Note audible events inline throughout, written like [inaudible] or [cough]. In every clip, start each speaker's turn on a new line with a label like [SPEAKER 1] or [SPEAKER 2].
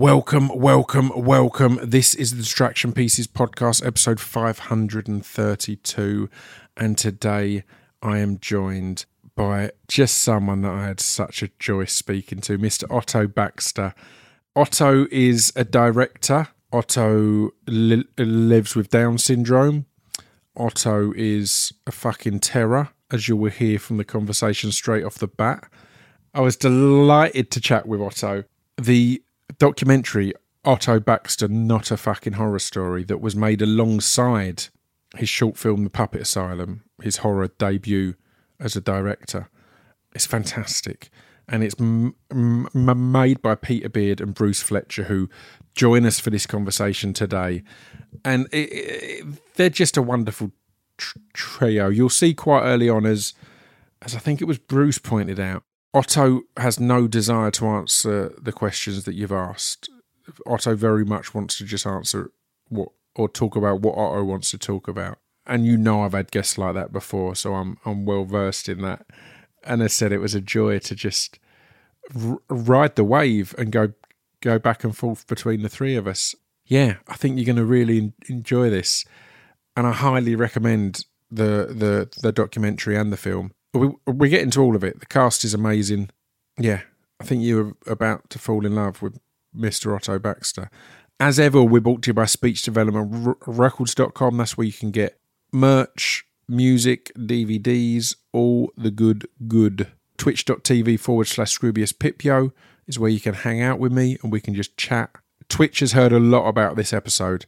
[SPEAKER 1] Welcome, welcome, welcome. This is the Distraction Pieces podcast, episode 532. And today I am joined by just someone that I had such a joy speaking to, Mr. Otto Baxter. Otto is a director. Otto li- lives with Down syndrome. Otto is a fucking terror, as you will hear from the conversation straight off the bat. I was delighted to chat with Otto. The documentary Otto Baxter, Not a Fucking Horror Story, that was made alongside his short film The Puppet Asylum, his horror debut as a director. It's fantastic. And it's m- m- m- made by Peter Beard and Bruce Fletcher, who join us for this conversation today. And it, it, they're just a wonderful tr- trio. You'll see quite early on, as as I think it was Bruce pointed out, Otto has no desire to answer the questions that you've asked. Otto very much wants to just answer what or talk about what Otto wants to talk about. And you know I've had guests like that before, so I'm I'm well versed in that. And I said it was a joy to just r- ride the wave and go go back and forth between the three of us. Yeah, I think you're going to really en- enjoy this and I highly recommend the the the documentary and the film. We we get into all of it. The cast is amazing. Yeah, I think you're about to fall in love with Mr. Otto Baxter. As ever, we're brought to you by Speech Development R- Records.com. That's where you can get merch, music, DVDs, all the good, good. Twitch.tv forward slash Scroobius Pipio is where you can hang out with me and we can just chat. Twitch has heard a lot about this episode.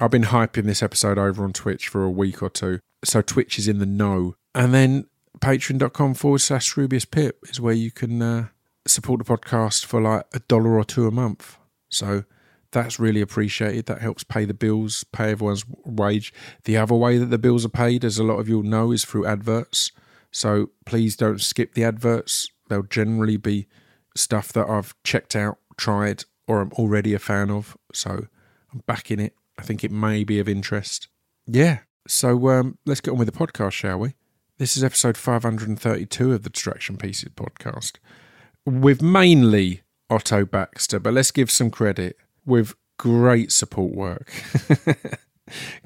[SPEAKER 1] I've been hyping this episode over on Twitch for a week or two. So Twitch is in the know. And then patreon.com forward slash Rubius Pip is where you can uh, support the podcast for like a dollar or two a month. So that's really appreciated. That helps pay the bills, pay everyone's wage. The other way that the bills are paid, as a lot of you'll know, is through adverts. So please don't skip the adverts. They'll generally be stuff that I've checked out, tried, or I'm already a fan of. So I'm back in it. I think it may be of interest. Yeah. So um, let's get on with the podcast, shall we? This is episode 532 of the Distraction Pieces podcast with mainly Otto Baxter, but let's give some credit with great support work, [laughs]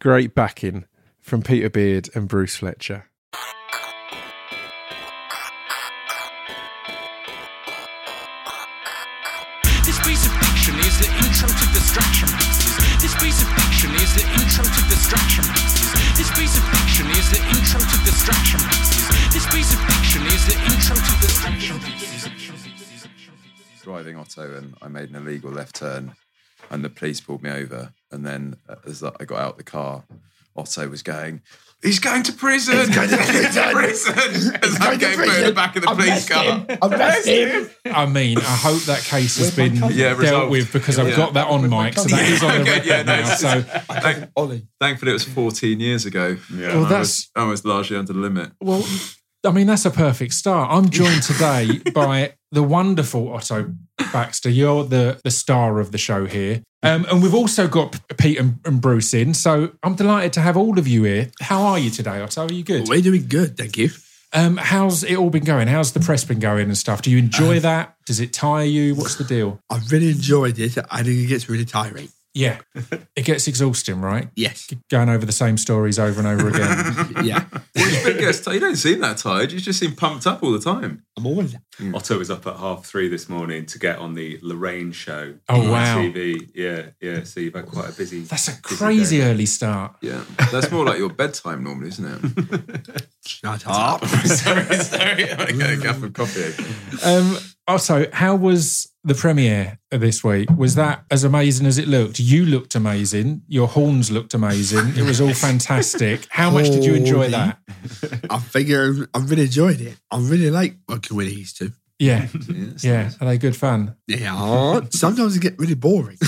[SPEAKER 1] great backing from Peter Beard and Bruce Fletcher.
[SPEAKER 2] This piece of fiction is the intro to distraction pieces. This piece of fiction is the intro to distraction pieces. This piece of fiction is the intro to distraction pieces. This piece of fiction is the intro to distraction pieces.
[SPEAKER 3] driving Otto and I made an illegal left turn and the police pulled me over. And then uh, as I got out the car, Otto was going, He's going to prison! [laughs] He's going to prison! As I'm getting put in the back of the police
[SPEAKER 4] [laughs]
[SPEAKER 3] car.
[SPEAKER 5] Arrest him.
[SPEAKER 1] I mean, I hope that case has been
[SPEAKER 3] Yeah,
[SPEAKER 1] dealt
[SPEAKER 3] resolved.
[SPEAKER 1] with because I've
[SPEAKER 3] Yeah.
[SPEAKER 1] got that on mic, so that is on the
[SPEAKER 3] Okay,
[SPEAKER 1] record
[SPEAKER 3] [laughs] yeah, no,
[SPEAKER 1] now.
[SPEAKER 3] it's-
[SPEAKER 1] So
[SPEAKER 3] Thank-
[SPEAKER 5] Ollie.
[SPEAKER 3] thankfully, it was 14 years ago. Yeah,
[SPEAKER 1] Well,
[SPEAKER 3] I,
[SPEAKER 1] that's-
[SPEAKER 3] was, I was largely under the limit.
[SPEAKER 1] Well, I mean, that's a perfect start. I'm joined
[SPEAKER 3] [laughs]
[SPEAKER 1] today by the wonderful Otto Baxter. You're the, the star of the show here. Um, and we've also got Pete and, and Bruce in. So I'm delighted to have all of you here. How are you today, Otto? Are you good?
[SPEAKER 4] We're doing good, thank you.
[SPEAKER 1] Um, how's it all been going? How's the press been going and stuff? Do you
[SPEAKER 3] Um,
[SPEAKER 1] enjoy that? Does it tire you? What's the deal?
[SPEAKER 4] I really enjoyed it. I think it gets really tiring.
[SPEAKER 3] [laughs]
[SPEAKER 1] Yeah, it gets exhausting, right?
[SPEAKER 4] Yes.
[SPEAKER 1] Going over the same stories over and over again.
[SPEAKER 4] Yeah.
[SPEAKER 3] But I guess you don't seem that tired. You just seem pumped up all the time.
[SPEAKER 4] I'm always
[SPEAKER 6] Otto was up at half three this morning to get on the Lorraine show.
[SPEAKER 1] Oh,
[SPEAKER 6] on
[SPEAKER 1] wow.
[SPEAKER 6] TV. Yeah, yeah. So you've had quite a busy.
[SPEAKER 1] That's a
[SPEAKER 6] busy
[SPEAKER 1] crazy
[SPEAKER 6] day.
[SPEAKER 1] early start.
[SPEAKER 3] Yeah. That's more like your bedtime normally, isn't [laughs] it?
[SPEAKER 4] shut up.
[SPEAKER 3] sorry, sorry. I get a cup of coffee.
[SPEAKER 1] Um, also, how was the premiere this week? Was that as amazing as it looked? You looked amazing. Your horns looked amazing. It was all fantastic. How much did you enjoy that?
[SPEAKER 4] I figure I really enjoyed it. I really like working with these two.
[SPEAKER 1] Yeah,
[SPEAKER 3] Yes.
[SPEAKER 1] yeah. Are they good fun?
[SPEAKER 4] Yeah. Sometimes it gets really boring.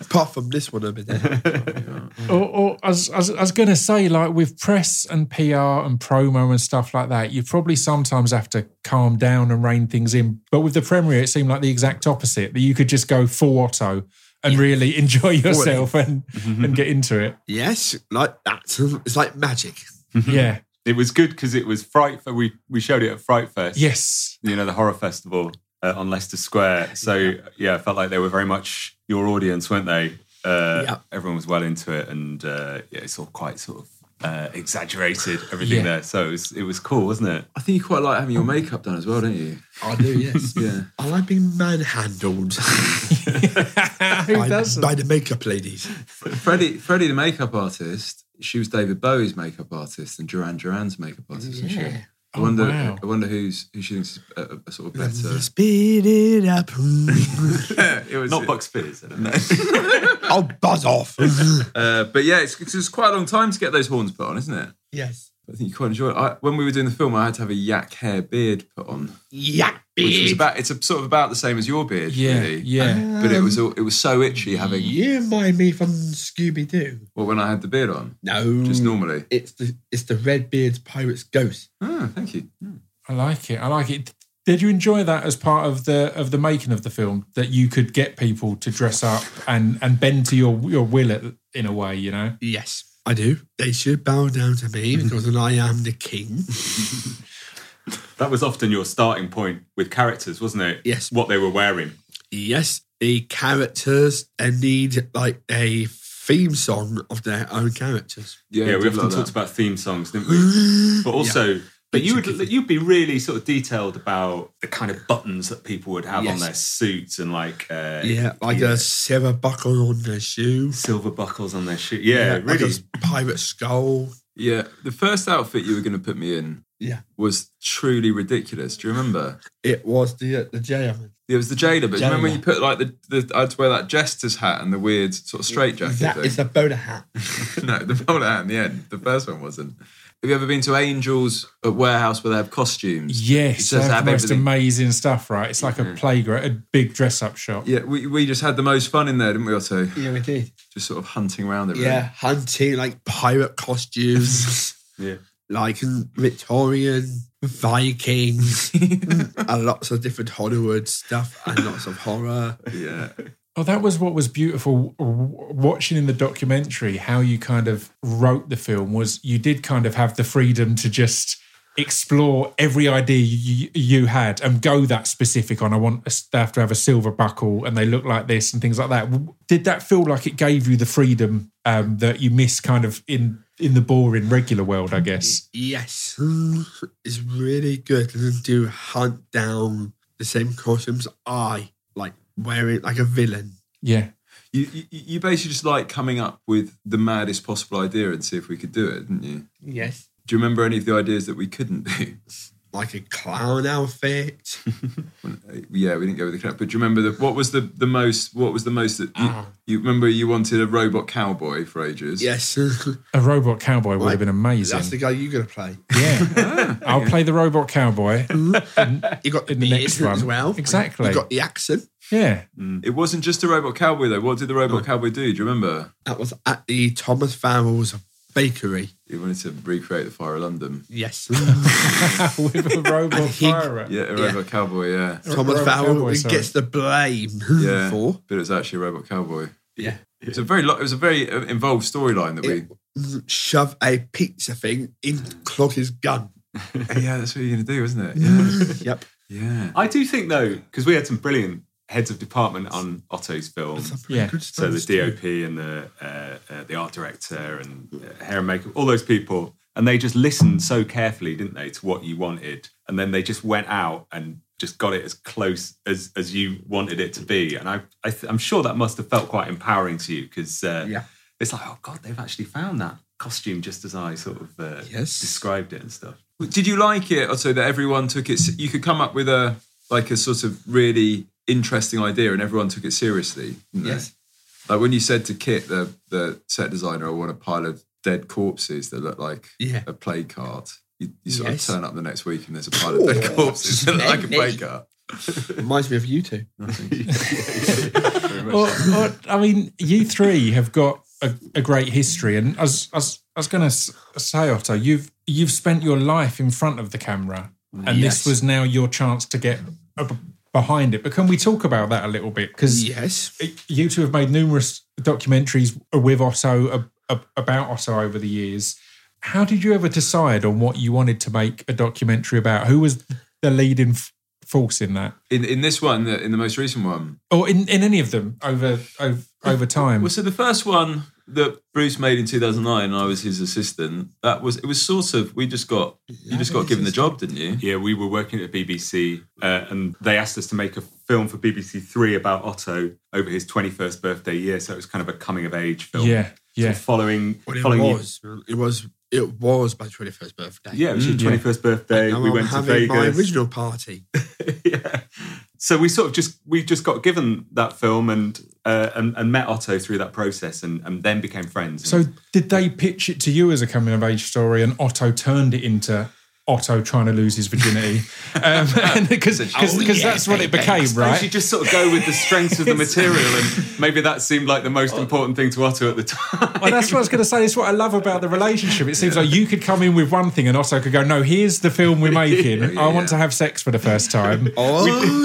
[SPEAKER 4] Apart from this one over there.
[SPEAKER 1] Or, or I was, I was, I was going to say, like with press and PR and promo and stuff like that, you probably sometimes have to calm down and rein things in. But with the premiere, it seemed like the exact opposite. That you could just go full Otto and really [laughs] enjoy yourself and and get into it.
[SPEAKER 4] Yes, like that. It's like magic.
[SPEAKER 1] Yeah.
[SPEAKER 6] It was good because it was Fright Fe- We we showed it at Fright Fest.
[SPEAKER 1] Yes.
[SPEAKER 6] You know the horror festival, uh, on Leicester Square. So yeah. I felt like they were very much your audience, weren't they? Uh,
[SPEAKER 4] Yeah.
[SPEAKER 6] Everyone was well into it, and uh, yeah, it's all quite sort of uh, exaggerated everything
[SPEAKER 1] Yeah.
[SPEAKER 6] there. So it was it was cool, wasn't it?
[SPEAKER 3] I think you quite like having your makeup done as well, don't you?
[SPEAKER 4] I do, [laughs] yes.
[SPEAKER 3] Yeah.
[SPEAKER 4] I like being manhandled
[SPEAKER 1] Who
[SPEAKER 4] by,
[SPEAKER 1] doesn't?
[SPEAKER 4] by the makeup ladies.
[SPEAKER 3] Freddie, Freddie, the makeup artist, she was David Bowie's makeup artist and Duran Duran's makeup artist, wasn't she?
[SPEAKER 4] Yeah.
[SPEAKER 3] I
[SPEAKER 6] Oh,
[SPEAKER 3] wonder,
[SPEAKER 1] wow.
[SPEAKER 3] I wonder who's who she thinks is a, a sort of better. [laughs]
[SPEAKER 4] Speed it up. [laughs]
[SPEAKER 3] it was
[SPEAKER 6] Not Buck Spears. I don't know.
[SPEAKER 4] I'll buzz off.
[SPEAKER 3] [laughs] Uh, but yeah, it's, it's quite a long time to get those horns put on, isn't it?
[SPEAKER 4] yes.
[SPEAKER 3] I think you quite enjoy it. I, when we were doing the film, I had to have a yak hair beard put on,
[SPEAKER 4] Yeah,
[SPEAKER 3] which was
[SPEAKER 4] bitch.
[SPEAKER 3] about it's a, sort of about the same as your beard,
[SPEAKER 1] yeah,
[SPEAKER 3] really.
[SPEAKER 1] yeah.
[SPEAKER 3] But it
[SPEAKER 4] Um,
[SPEAKER 3] was all, it was so itchy having
[SPEAKER 4] Ah. You remind me from Scooby Doo.
[SPEAKER 3] well when I had the beard on,
[SPEAKER 4] No,
[SPEAKER 6] Mm.
[SPEAKER 3] just normally.
[SPEAKER 4] It's the it's the Redbeard's pirate's ghost.
[SPEAKER 3] Ah, thank you.
[SPEAKER 1] I like it. I like it. Did you enjoy that as part of the of the making of the film that you could get people to dress up and and bend to your your will at, in a way, you know?
[SPEAKER 4] Yes, I do. They should bow down to me because I am the king.
[SPEAKER 6] That was often your starting point with characters, wasn't it?
[SPEAKER 4] Yes.
[SPEAKER 6] What they were wearing.
[SPEAKER 4] yes, the characters they need like a theme song of their own characters.
[SPEAKER 3] Yeah,
[SPEAKER 6] Yeah,
[SPEAKER 3] I
[SPEAKER 6] we
[SPEAKER 3] did
[SPEAKER 6] often
[SPEAKER 3] like
[SPEAKER 6] talked
[SPEAKER 3] that.
[SPEAKER 6] about theme songs, didn't [gasps] we? But also, but you would
[SPEAKER 4] Particularly.
[SPEAKER 6] you'd be really sort of detailed about the kind of buttons that people would have on
[SPEAKER 4] Yes.
[SPEAKER 6] their suits and like uh,
[SPEAKER 4] Yeah, like a silver buckle on their shoe.
[SPEAKER 6] silver buckles on their shoe. Yeah,
[SPEAKER 4] like
[SPEAKER 6] really.
[SPEAKER 4] a pirate skull.
[SPEAKER 3] Yeah, the first outfit you were going to put me in
[SPEAKER 4] Yeah,
[SPEAKER 3] was truly ridiculous. Do you remember?
[SPEAKER 4] it was the uh, the German.
[SPEAKER 3] It was the jailer, but do you remember when you
[SPEAKER 4] Jailer.
[SPEAKER 3] put like the, the I had to wear that jester's hat and the weird sort of straight jacket
[SPEAKER 4] That
[SPEAKER 3] thing.
[SPEAKER 4] is a bowler hat.
[SPEAKER 3] [laughs] no, the bowler hat in the end. The first one wasn't. Have you ever been to Angels at Warehouse where they have costumes?
[SPEAKER 1] Yes,
[SPEAKER 3] It
[SPEAKER 1] they
[SPEAKER 3] says
[SPEAKER 1] have
[SPEAKER 3] have
[SPEAKER 1] the most
[SPEAKER 3] everything.
[SPEAKER 1] amazing stuff, right? It's like a playground, a big dress up shop.
[SPEAKER 3] Yeah, we, we just had the most fun in there, didn't we, Otto?
[SPEAKER 4] Yeah, we did.
[SPEAKER 3] Just sort of hunting around it. Really.
[SPEAKER 4] Yeah, hunting like pirate costumes.
[SPEAKER 6] Yeah.
[SPEAKER 4] Like Victorian, Viking, and lots of different Hollywood stuff and lots of horror.
[SPEAKER 3] yeah.
[SPEAKER 1] Oh, that was what was beautiful w- watching in the documentary how you kind of wrote the film was you did kind of have the freedom to just explore every idea you, you had and go that specific on I want a staff to have a silver buckle and they look like this and things like that. W- Did that feel like it gave you the freedom um, that you miss kind of in in the boring regular world, I guess?
[SPEAKER 4] Yes, mm, it's really good to hunt down the same costumes I like wearing like a villain.
[SPEAKER 1] Yeah.
[SPEAKER 3] You, you you basically just like coming up with the maddest possible idea and see if we could do it, didn't you?
[SPEAKER 4] Yes,
[SPEAKER 3] Do you remember any of the ideas that we couldn't do?
[SPEAKER 4] like a clown outfit.
[SPEAKER 3] Yeah, we didn't go with the clown. But do you remember the, what was the, the most? What was the most that you, you remember? You wanted a robot cowboy for ages.
[SPEAKER 4] yes, [laughs]
[SPEAKER 1] A robot cowboy would have
[SPEAKER 4] Like,
[SPEAKER 1] been amazing.
[SPEAKER 4] that's the guy you're gonna play.
[SPEAKER 1] yeah. I'll play the robot cowboy.
[SPEAKER 4] You got
[SPEAKER 1] In the
[SPEAKER 4] beard
[SPEAKER 1] next one.
[SPEAKER 4] as well.
[SPEAKER 1] Exactly.
[SPEAKER 4] You got the accent.
[SPEAKER 1] Yeah. [laughs]
[SPEAKER 3] It wasn't just a robot cowboy though. What did the robot cowboy do? Do you remember?
[SPEAKER 4] That was at the Thomas Farrell's bakery.
[SPEAKER 3] He wanted to recreate the Fire of London.
[SPEAKER 4] [laughs] Yes.
[SPEAKER 1] with a robot
[SPEAKER 4] he-
[SPEAKER 1] pirate.
[SPEAKER 3] Yeah, a
[SPEAKER 4] Yeah.
[SPEAKER 3] robot cowboy. Yeah,
[SPEAKER 4] Thomas
[SPEAKER 1] Robert
[SPEAKER 4] Farrell
[SPEAKER 1] Cowboy,
[SPEAKER 4] he
[SPEAKER 1] sorry.
[SPEAKER 4] gets the blame
[SPEAKER 3] yeah.
[SPEAKER 4] for.
[SPEAKER 3] But it was actually a robot cowboy.
[SPEAKER 4] Yeah.
[SPEAKER 3] It's a very lo- it was a very uh, involved storyline that we.
[SPEAKER 4] Shove a pizza thing in Clogger's gun.
[SPEAKER 3] [laughs]
[SPEAKER 4] [laughs]
[SPEAKER 3] yeah, that's what you're gonna do, isn't it? Yeah,
[SPEAKER 4] Yep.
[SPEAKER 3] yeah.
[SPEAKER 6] I do think though, because we had some brilliant heads of department on Otto's film.
[SPEAKER 1] Yeah.
[SPEAKER 6] So the DOP and the uh, uh, the art director and uh, hair and makeup, all those people, and they just listened so carefully, didn't they, to what you wanted, and then they just went out and just got it as close as as you wanted it to be. And I, I th- I'm sure that must have felt quite empowering to you because uh,
[SPEAKER 4] Yeah.
[SPEAKER 6] it's like, oh god, they've actually found that costume just as I sort of uh,
[SPEAKER 4] Yes.
[SPEAKER 6] described it and stuff.
[SPEAKER 3] Did you like it, Otto? That everyone took it. You could come up with a like a sort of really interesting idea, and everyone took it seriously. didn't they?
[SPEAKER 4] Yes.
[SPEAKER 3] Like when you said to Kit, the the set designer, "I want a pile of dead corpses that look like
[SPEAKER 4] Yeah.
[SPEAKER 3] a play card." You, you sort
[SPEAKER 4] Yes.
[SPEAKER 3] of turn up the next week and there's a pile of dead
[SPEAKER 4] Oh,
[SPEAKER 3] corpses that look like a play
[SPEAKER 4] splendid.
[SPEAKER 3] card.
[SPEAKER 4] [laughs] Reminds me of you two.
[SPEAKER 1] Or, or, I mean, you three have got a, a great history, and I was, I was, I was going to say, Otto, you've you've spent your life in front of the camera, and
[SPEAKER 4] Yes.
[SPEAKER 1] this was now your chance to get up behind it. But can we talk about that a little bit? Because
[SPEAKER 4] Yes.
[SPEAKER 1] you two have made numerous documentaries with Otto ab- ab- about Otto over the years. How did you ever decide on what you wanted to make a documentary about? Who was the leading f- false in that,
[SPEAKER 3] In in this one, the, in the most recent one,
[SPEAKER 1] or in, in any of them over over, over time.
[SPEAKER 3] well, so the first one that Bruce made in 2009, and I was his assistant. That was it was sort of we just got you just got given the job, didn't you?
[SPEAKER 6] Yeah, we were working at BBC uh, and they asked us to make a film for BBC Three about Otto over his 21st birthday year. So it was kind of a coming of age film.
[SPEAKER 1] yeah, yeah.
[SPEAKER 6] So following,
[SPEAKER 4] Well, it
[SPEAKER 6] following you-
[SPEAKER 4] was. It was. It was my twenty-first birthday.
[SPEAKER 6] Yeah, it was your
[SPEAKER 1] Mm, yeah.
[SPEAKER 6] 21st birthday.
[SPEAKER 4] And
[SPEAKER 6] we
[SPEAKER 4] I'm
[SPEAKER 6] went to
[SPEAKER 4] having
[SPEAKER 6] Vegas.
[SPEAKER 4] my original
[SPEAKER 6] [laughs]
[SPEAKER 4] party.
[SPEAKER 6] yeah. So we sort of just we just got given that film and uh, and, and met Otto through that process and, and then became friends.
[SPEAKER 1] So
[SPEAKER 6] And
[SPEAKER 1] did they pitch it to you as a coming of age story, and Otto turned it into? Otto trying to lose his
[SPEAKER 6] [laughs]
[SPEAKER 1] virginity, Um, [laughs] because that's what it became,
[SPEAKER 6] I
[SPEAKER 1] right?
[SPEAKER 6] should just sort of go with the strength of the material, and maybe that seemed like the most important thing to Otto at the time. [laughs]
[SPEAKER 1] Well, that's what I was going to say. It's what I love about the relationship. It seems like you could come in with one thing, and Otto could go, "No, here's the film [laughs] we're making. I want to have sex for the first time."
[SPEAKER 4] Oh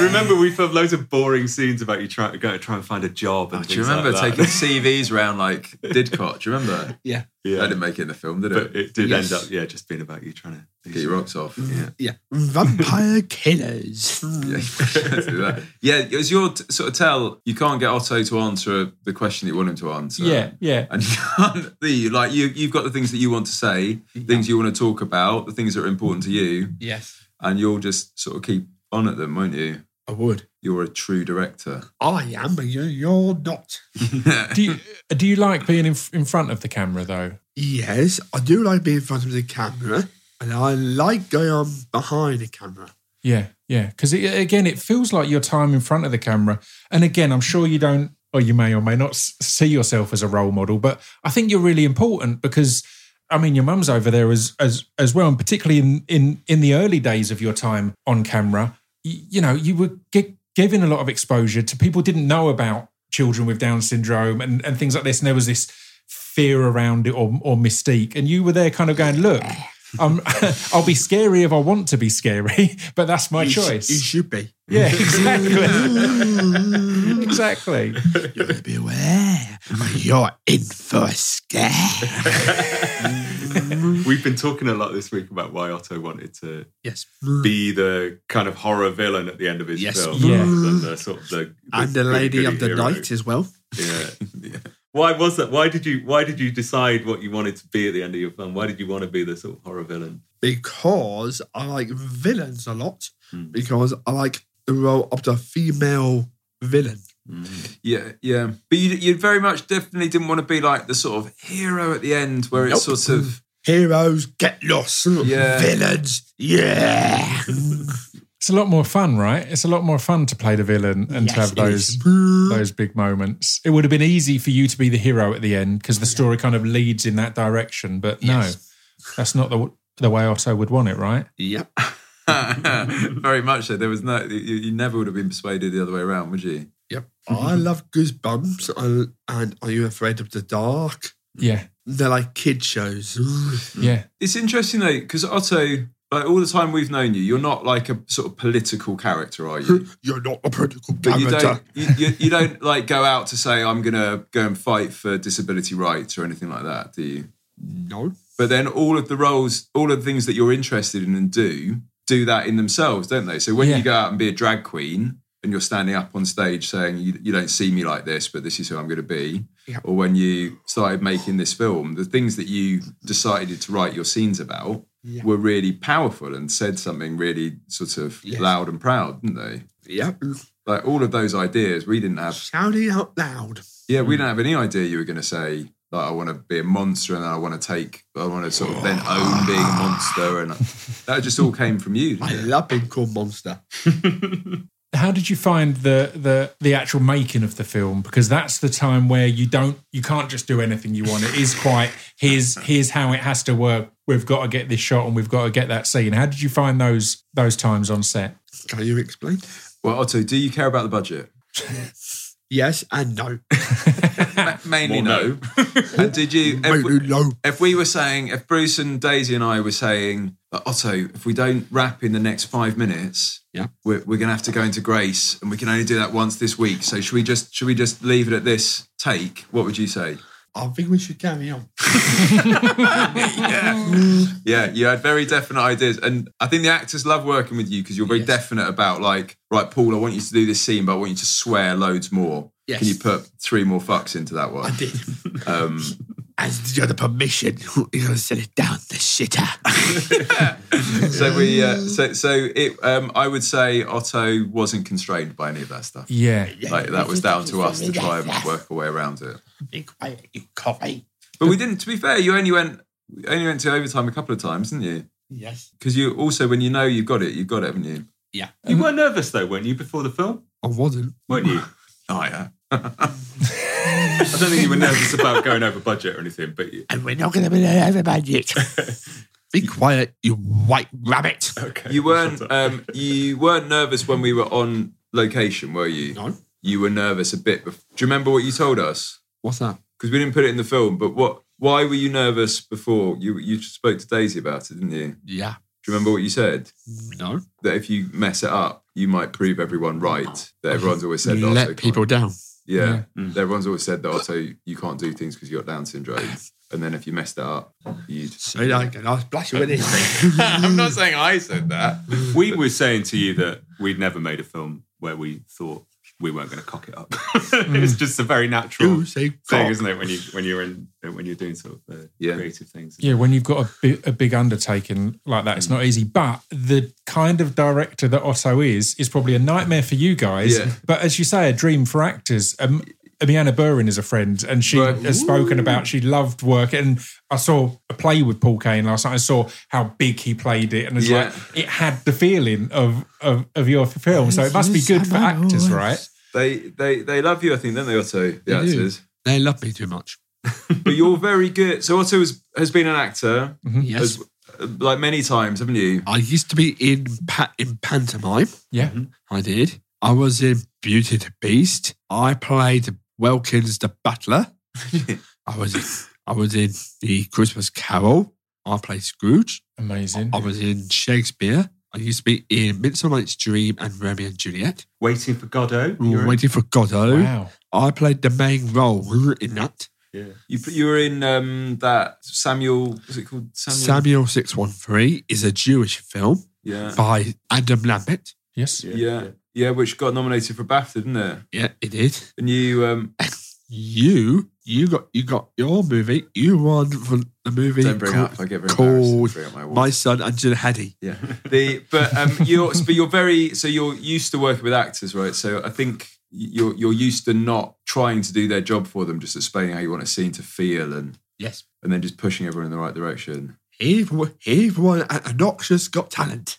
[SPEAKER 3] [laughs]
[SPEAKER 6] Remember, we filmed loads of boring scenes about you trying to go try and find a job. And
[SPEAKER 3] Oh, Do you
[SPEAKER 6] things
[SPEAKER 3] remember
[SPEAKER 6] like that.
[SPEAKER 3] taking CVs round like Didcot? Do you remember?
[SPEAKER 4] Yeah.
[SPEAKER 3] That
[SPEAKER 6] Yeah,
[SPEAKER 3] didn't make it in the film, did
[SPEAKER 6] but
[SPEAKER 3] it?
[SPEAKER 6] [laughs] it did
[SPEAKER 4] Yes.
[SPEAKER 6] end up, yeah, just being about you trying to
[SPEAKER 3] Get your rocks off. Yeah.
[SPEAKER 4] Yeah. Vampire killers.
[SPEAKER 3] Yeah, [laughs] do that. yeah, it was your t- sort of tell. You can't get Otto to answer the question that you want him to
[SPEAKER 1] [laughs]
[SPEAKER 3] answer.
[SPEAKER 1] Yeah, yeah.
[SPEAKER 3] and you can't the like you you've got the things that you want to say, things you want to talk about, the things that are important to you,
[SPEAKER 4] Yes.
[SPEAKER 3] and you'll just sort of keep on at them, won't you?
[SPEAKER 4] I would.
[SPEAKER 3] You're a true director.
[SPEAKER 4] I am, but you, you're not.
[SPEAKER 1] Do you do you like being in, in front of the camera though?
[SPEAKER 4] Yes, I do like being in front of the camera, and I like going on behind the camera.
[SPEAKER 1] Yeah, yeah. Because again, it feels like your time in front of the camera. And again, I'm sure you don't, or you may or may not s- see yourself as a role model, but I think you're really important because. I mean, your mum's over there as as as well, and particularly in in in the early days of your time on camera, you, you know, you were gi- given a lot of exposure to people didn't know about children with Down syndrome and and things like this, and there was this fear around it or or mystique, and you were there kind of going, look. I'm, [laughs] I'll be scary if I want to be scary, [laughs] but that's my
[SPEAKER 4] You sh-
[SPEAKER 1] choice.
[SPEAKER 4] you should be.
[SPEAKER 1] yeah, exactly. [laughs] exactly.
[SPEAKER 4] You're going to [laughs] be aware. You're in for a scare.
[SPEAKER 6] We've been talking a lot this week about why Otto wanted to
[SPEAKER 4] Yes.
[SPEAKER 6] be the kind of horror villain at the end of his
[SPEAKER 4] Yes.
[SPEAKER 6] film.
[SPEAKER 1] Yeah.
[SPEAKER 6] rather than the sort of the- the
[SPEAKER 4] And the lady of the
[SPEAKER 6] goody-goody hero.
[SPEAKER 4] night as well.
[SPEAKER 6] Yeah. Why was that? Why did you why did you decide what you wanted to be at the end of your film? Why did you want to be the sort of horror villain?
[SPEAKER 4] because I like villains a lot because I like the role of the female villain.
[SPEAKER 3] Yeah, yeah. But you, you very much definitely didn't want to be like the sort of hero at the end where it's
[SPEAKER 4] Nope.
[SPEAKER 3] sort of
[SPEAKER 4] Heroes get lost.
[SPEAKER 3] Yeah.
[SPEAKER 4] Villains, [laughs] yeah.
[SPEAKER 1] It's a lot more fun, right? It's a lot more fun to play the villain and to have those those big moments. It would have been easy for you to be the hero at the end because the story kind of leads in that direction, but
[SPEAKER 4] Yes.
[SPEAKER 1] no, that's not the the way Otto would want it, right?
[SPEAKER 4] Yep.
[SPEAKER 3] [laughs] very much so. There was no you, you never would have been persuaded the other way around, would you?
[SPEAKER 4] Yep. Mm-hmm. I love Goosebumps and, and Are You Afraid of the Dark?
[SPEAKER 1] Yeah,
[SPEAKER 4] They're like kid shows.
[SPEAKER 1] yeah,
[SPEAKER 3] It's interesting though, because Otto, like all the time we've known you, you're not like a sort of political character, are you?
[SPEAKER 4] You're not a political
[SPEAKER 3] But you
[SPEAKER 4] character.
[SPEAKER 3] don't, you, you, you don't like go out to say I'm gonna go and fight for disability rights or anything like that, do you?
[SPEAKER 4] No.
[SPEAKER 3] But then all of the roles, all of the things that you're interested in and do, do that in themselves, don't they? So when
[SPEAKER 1] Yeah.
[SPEAKER 3] you go out and be a drag queen and you're standing up on stage saying you, you don't see me like this, but this is who I'm going to be,
[SPEAKER 4] Yeah.
[SPEAKER 3] or when you started making this film, the things that you decided to write your scenes about
[SPEAKER 4] Yeah.
[SPEAKER 3] were really powerful and said something really sort of
[SPEAKER 4] Yes.
[SPEAKER 3] loud and proud, didn't they?
[SPEAKER 4] Yep.
[SPEAKER 3] Like all of those ideas, we didn't have
[SPEAKER 4] Shouting out loud.
[SPEAKER 3] yeah, we didn't have any idea you were going to say that I want to be a monster and I want to take, I want to sort of then own being a monster,
[SPEAKER 4] [laughs]
[SPEAKER 3] and that just all came from you.
[SPEAKER 4] I
[SPEAKER 3] Didn't it?
[SPEAKER 4] love being called monster.
[SPEAKER 1] how did you find the the the actual making of the film because that's the time where you don't you can't just do anything you want it is quite here's here's how it has to work we've got to get this shot and we've got to get that scene how did you find those those times on set
[SPEAKER 4] Can you explain?
[SPEAKER 3] Well, Otto, do you care about the budget?
[SPEAKER 4] Yes and no.
[SPEAKER 3] Mainly
[SPEAKER 6] Well,
[SPEAKER 3] no.
[SPEAKER 4] [laughs]
[SPEAKER 3] and did you? If we,
[SPEAKER 4] Mainly no.
[SPEAKER 3] if we were saying, if Bruce and Daisy and I were saying, "Uh, Otto, if we don't wrap in the next five minutes,
[SPEAKER 4] Yeah.
[SPEAKER 3] we're, we're going to have to go into grace, and we can only do that once this week. So should we just should we just leave it at this take? What would you say?
[SPEAKER 4] I think we should carry on.
[SPEAKER 3] Yeah, you had very definite ideas, and I think the actors love working with you because you're very definite about like, right, Paul, I want you to do this scene, but I want you to swear loads more.
[SPEAKER 4] Yes.
[SPEAKER 3] Can you put three more fucks into that one?
[SPEAKER 4] I [laughs] did.
[SPEAKER 3] Um,
[SPEAKER 4] As you're the permission, [laughs] you're gonna send it down the [laughs] shitter.
[SPEAKER 3] so we, uh, so so it. Um, I would say Otto wasn't constrained by any of that stuff.
[SPEAKER 1] Yeah.
[SPEAKER 3] Like that was down to us to try and work our way around it.
[SPEAKER 4] Be quiet, you copy.
[SPEAKER 3] But we didn't. To be fair, you only went you only went to overtime a couple of times, didn't you?
[SPEAKER 4] Yes.
[SPEAKER 3] Because you also, when you know you've got it, you've got it, haven't you?
[SPEAKER 4] Yeah.
[SPEAKER 6] You were nervous though, weren't you, before the film?
[SPEAKER 4] I wasn't.
[SPEAKER 6] Weren't
[SPEAKER 3] [laughs]
[SPEAKER 6] you?
[SPEAKER 3] Oh yeah.
[SPEAKER 6] I don't think you were nervous about going over budget or anything, but you,
[SPEAKER 4] And we're not gonna be there over [laughs] budget. Be quiet, you white rabbit.
[SPEAKER 6] okay.
[SPEAKER 3] You weren't. Um, you weren't nervous when we were on location, were you?
[SPEAKER 4] No.
[SPEAKER 3] You were nervous a bit. Bef- Do you remember what you told us?
[SPEAKER 4] What's that?
[SPEAKER 3] Because we didn't put it in the film. But what? Why were you nervous before? You you spoke to Daisy about it, didn't you? Do
[SPEAKER 4] Yeah.
[SPEAKER 3] you remember what you said?
[SPEAKER 4] No.
[SPEAKER 3] That if you mess it up, you might prove everyone right. That everyone's always said. that Otto
[SPEAKER 4] Let
[SPEAKER 3] can't-
[SPEAKER 4] people down.
[SPEAKER 3] Yeah. Everyone's always said that Otto, you can't do things because you got Down syndrome. And then if you messed it up, you'd.
[SPEAKER 4] So like, and I was blushing with [laughs]
[SPEAKER 6] [laughs]
[SPEAKER 4] this thing.
[SPEAKER 3] I'm not saying I said that.
[SPEAKER 6] we were saying to you that we'd never made a film where we thought we weren't going to cock it up. [laughs] it's just a very natural
[SPEAKER 4] You Mm. say
[SPEAKER 6] thing,
[SPEAKER 4] cock.
[SPEAKER 6] isn't it? When you when you're in when you're doing sort of uh,
[SPEAKER 3] Yeah.
[SPEAKER 6] creative things.
[SPEAKER 1] Yeah, when you've got a, bi- a big undertaking like that, it's
[SPEAKER 3] Mm.
[SPEAKER 1] not easy. But the kind of director that Otto is is probably a nightmare for you guys.
[SPEAKER 3] Yeah.
[SPEAKER 1] But as you say, a dream for actors. Um, Amiana Burin is a friend, and she
[SPEAKER 3] Right.
[SPEAKER 1] has spoken about she loved work. And I saw a play with Paul Kane last night. I saw how big he played it, and it's
[SPEAKER 3] Yeah.
[SPEAKER 1] like it had the feeling of of, of your film. So it must be good for actors, right?
[SPEAKER 3] They they they love you, I think, don't they, Otto? The actors.
[SPEAKER 4] They love me too much.
[SPEAKER 3] But you're very good. So Otto has, has been an actor
[SPEAKER 4] Yes.
[SPEAKER 3] as, like many times, haven't you?
[SPEAKER 4] I used to be in pa- in pantomime. Mm-hmm.
[SPEAKER 1] Yeah,
[SPEAKER 4] I did. I was in Beauty the Beast. I played Welkins the [laughs] Butler. I was in, I was in the Christmas Carol. I played Scrooge.
[SPEAKER 1] amazing.
[SPEAKER 4] I was in Shakespeare. I used to be in Midsummer Night's Dream and Romeo and Juliet.
[SPEAKER 6] Waiting for oh? [laughs] Godot.
[SPEAKER 4] We
[SPEAKER 6] you were
[SPEAKER 4] were
[SPEAKER 6] in?
[SPEAKER 4] waiting for Godot.
[SPEAKER 1] Wow.
[SPEAKER 4] I played the main role in that.
[SPEAKER 3] You you were in um, that Samuel. Was it called Samuel?
[SPEAKER 4] Samuel Six One Three is a Jewish film
[SPEAKER 3] Yeah.
[SPEAKER 4] by Adam Lambert.
[SPEAKER 1] Yes.
[SPEAKER 3] yeah. Yeah. which got nominated for BAFTA, didn't it?
[SPEAKER 4] Yeah, it is.
[SPEAKER 3] And you, um,
[SPEAKER 4] you you got you got your movie. You won for the movie
[SPEAKER 3] don't bring it
[SPEAKER 4] called,
[SPEAKER 3] up. I get very
[SPEAKER 4] called
[SPEAKER 3] embarrassed. Bring up my,
[SPEAKER 4] My Son Angela Heddy.
[SPEAKER 3] [laughs] Yeah. The but um you're but you're very so you're used to working with actors, right? So I think you're you're used to not trying to do their job for them, just explaining how you want a scene to feel and
[SPEAKER 4] Yes.
[SPEAKER 3] and then just pushing everyone in the right direction.
[SPEAKER 4] He've won, he've won at a Noxious Got Talent.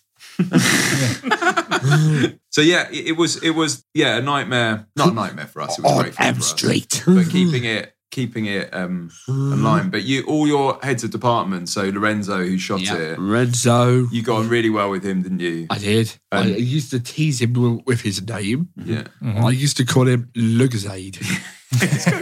[SPEAKER 3] So yeah, it, it was it was yeah, a nightmare. Not a nightmare for us, it was a
[SPEAKER 4] On
[SPEAKER 3] great fun
[SPEAKER 4] M
[SPEAKER 3] for us.
[SPEAKER 4] Street.
[SPEAKER 3] But
[SPEAKER 4] [laughs]
[SPEAKER 3] keeping it keeping it um in line. But you all your heads of department, so Lorenzo who shot
[SPEAKER 4] yeah.
[SPEAKER 3] it,
[SPEAKER 4] Renzo.
[SPEAKER 3] you got on really well with him, didn't you?
[SPEAKER 4] I did. I
[SPEAKER 3] Um,
[SPEAKER 4] used to tease him with- with his name.
[SPEAKER 3] yeah.
[SPEAKER 4] I used to call him Lugazade.
[SPEAKER 6] He was all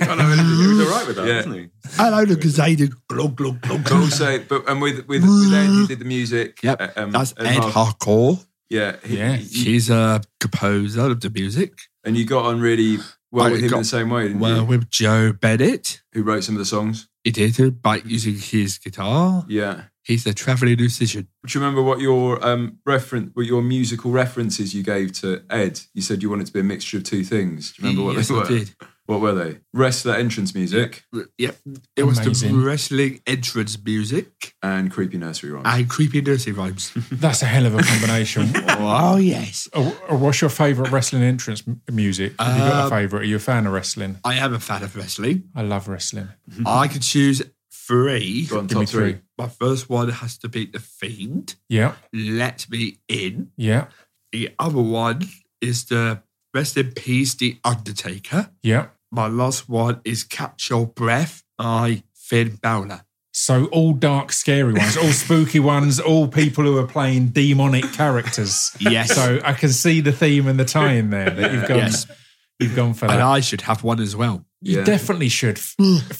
[SPEAKER 6] right with that,
[SPEAKER 3] Yeah.
[SPEAKER 6] wasn't he?
[SPEAKER 4] [laughs] Hello, Lugazade. Glug, glug, glug,
[SPEAKER 3] But
[SPEAKER 4] glug.
[SPEAKER 3] also, but and with with, with Ed, he did the music.
[SPEAKER 4] Yep.
[SPEAKER 3] uh, um,
[SPEAKER 4] That's
[SPEAKER 3] and
[SPEAKER 4] Ed
[SPEAKER 3] Mark-
[SPEAKER 4] Harcourt.
[SPEAKER 3] Yeah, he-
[SPEAKER 1] Yeah.
[SPEAKER 3] he-
[SPEAKER 4] He's a composer of the music.
[SPEAKER 3] and you got on really well
[SPEAKER 4] I
[SPEAKER 3] with him
[SPEAKER 4] got
[SPEAKER 3] in the same way, didn't
[SPEAKER 4] Well,
[SPEAKER 3] you?
[SPEAKER 4] with Joe Bennett.
[SPEAKER 3] Who wrote some of the songs?
[SPEAKER 4] He did it by using his guitar.
[SPEAKER 3] Yeah.
[SPEAKER 4] He's a traveling musician.
[SPEAKER 3] Do you remember what your um reference, what your musical references you gave to Ed? You said you wanted to be a mixture of two things. Do you remember what
[SPEAKER 4] yes,
[SPEAKER 3] they were?
[SPEAKER 4] I did.
[SPEAKER 3] What were they? Wrestler entrance music
[SPEAKER 4] Yep. It was the
[SPEAKER 1] Amazing.
[SPEAKER 4] wrestling entrance music
[SPEAKER 3] and creepy nursery rhymes.
[SPEAKER 4] and creepy nursery rhymes.
[SPEAKER 1] That's a hell of a
[SPEAKER 3] [laughs]
[SPEAKER 1] combination.
[SPEAKER 4] [laughs] oh, yes.
[SPEAKER 1] Or, or what's your favourite wrestling entrance m- music? Have you got a
[SPEAKER 4] Um,
[SPEAKER 1] favourite? Are you a fan of wrestling?
[SPEAKER 4] I am a fan of wrestling.
[SPEAKER 1] I love wrestling.
[SPEAKER 4] I could choose three.
[SPEAKER 3] Mm-hmm. Go on,
[SPEAKER 1] Give me
[SPEAKER 3] top three.
[SPEAKER 1] three.
[SPEAKER 4] My first one has to be The Fiend,
[SPEAKER 1] Yeah,
[SPEAKER 4] Let Me In.
[SPEAKER 1] yeah,
[SPEAKER 4] The other one is the Rest in Peace, The Undertaker.
[SPEAKER 1] yeah.
[SPEAKER 4] My last one is Catch Your Breath by Finn Balor.
[SPEAKER 1] So all dark, scary ones, all spooky ones, all people who are playing demonic characters.
[SPEAKER 4] Yes.
[SPEAKER 1] So I can see the theme and the tie in there that you've gone.
[SPEAKER 4] Yes.
[SPEAKER 1] You've gone for
[SPEAKER 4] And
[SPEAKER 1] that.
[SPEAKER 4] I should have one as well.
[SPEAKER 1] you
[SPEAKER 3] Yeah.
[SPEAKER 1] definitely should.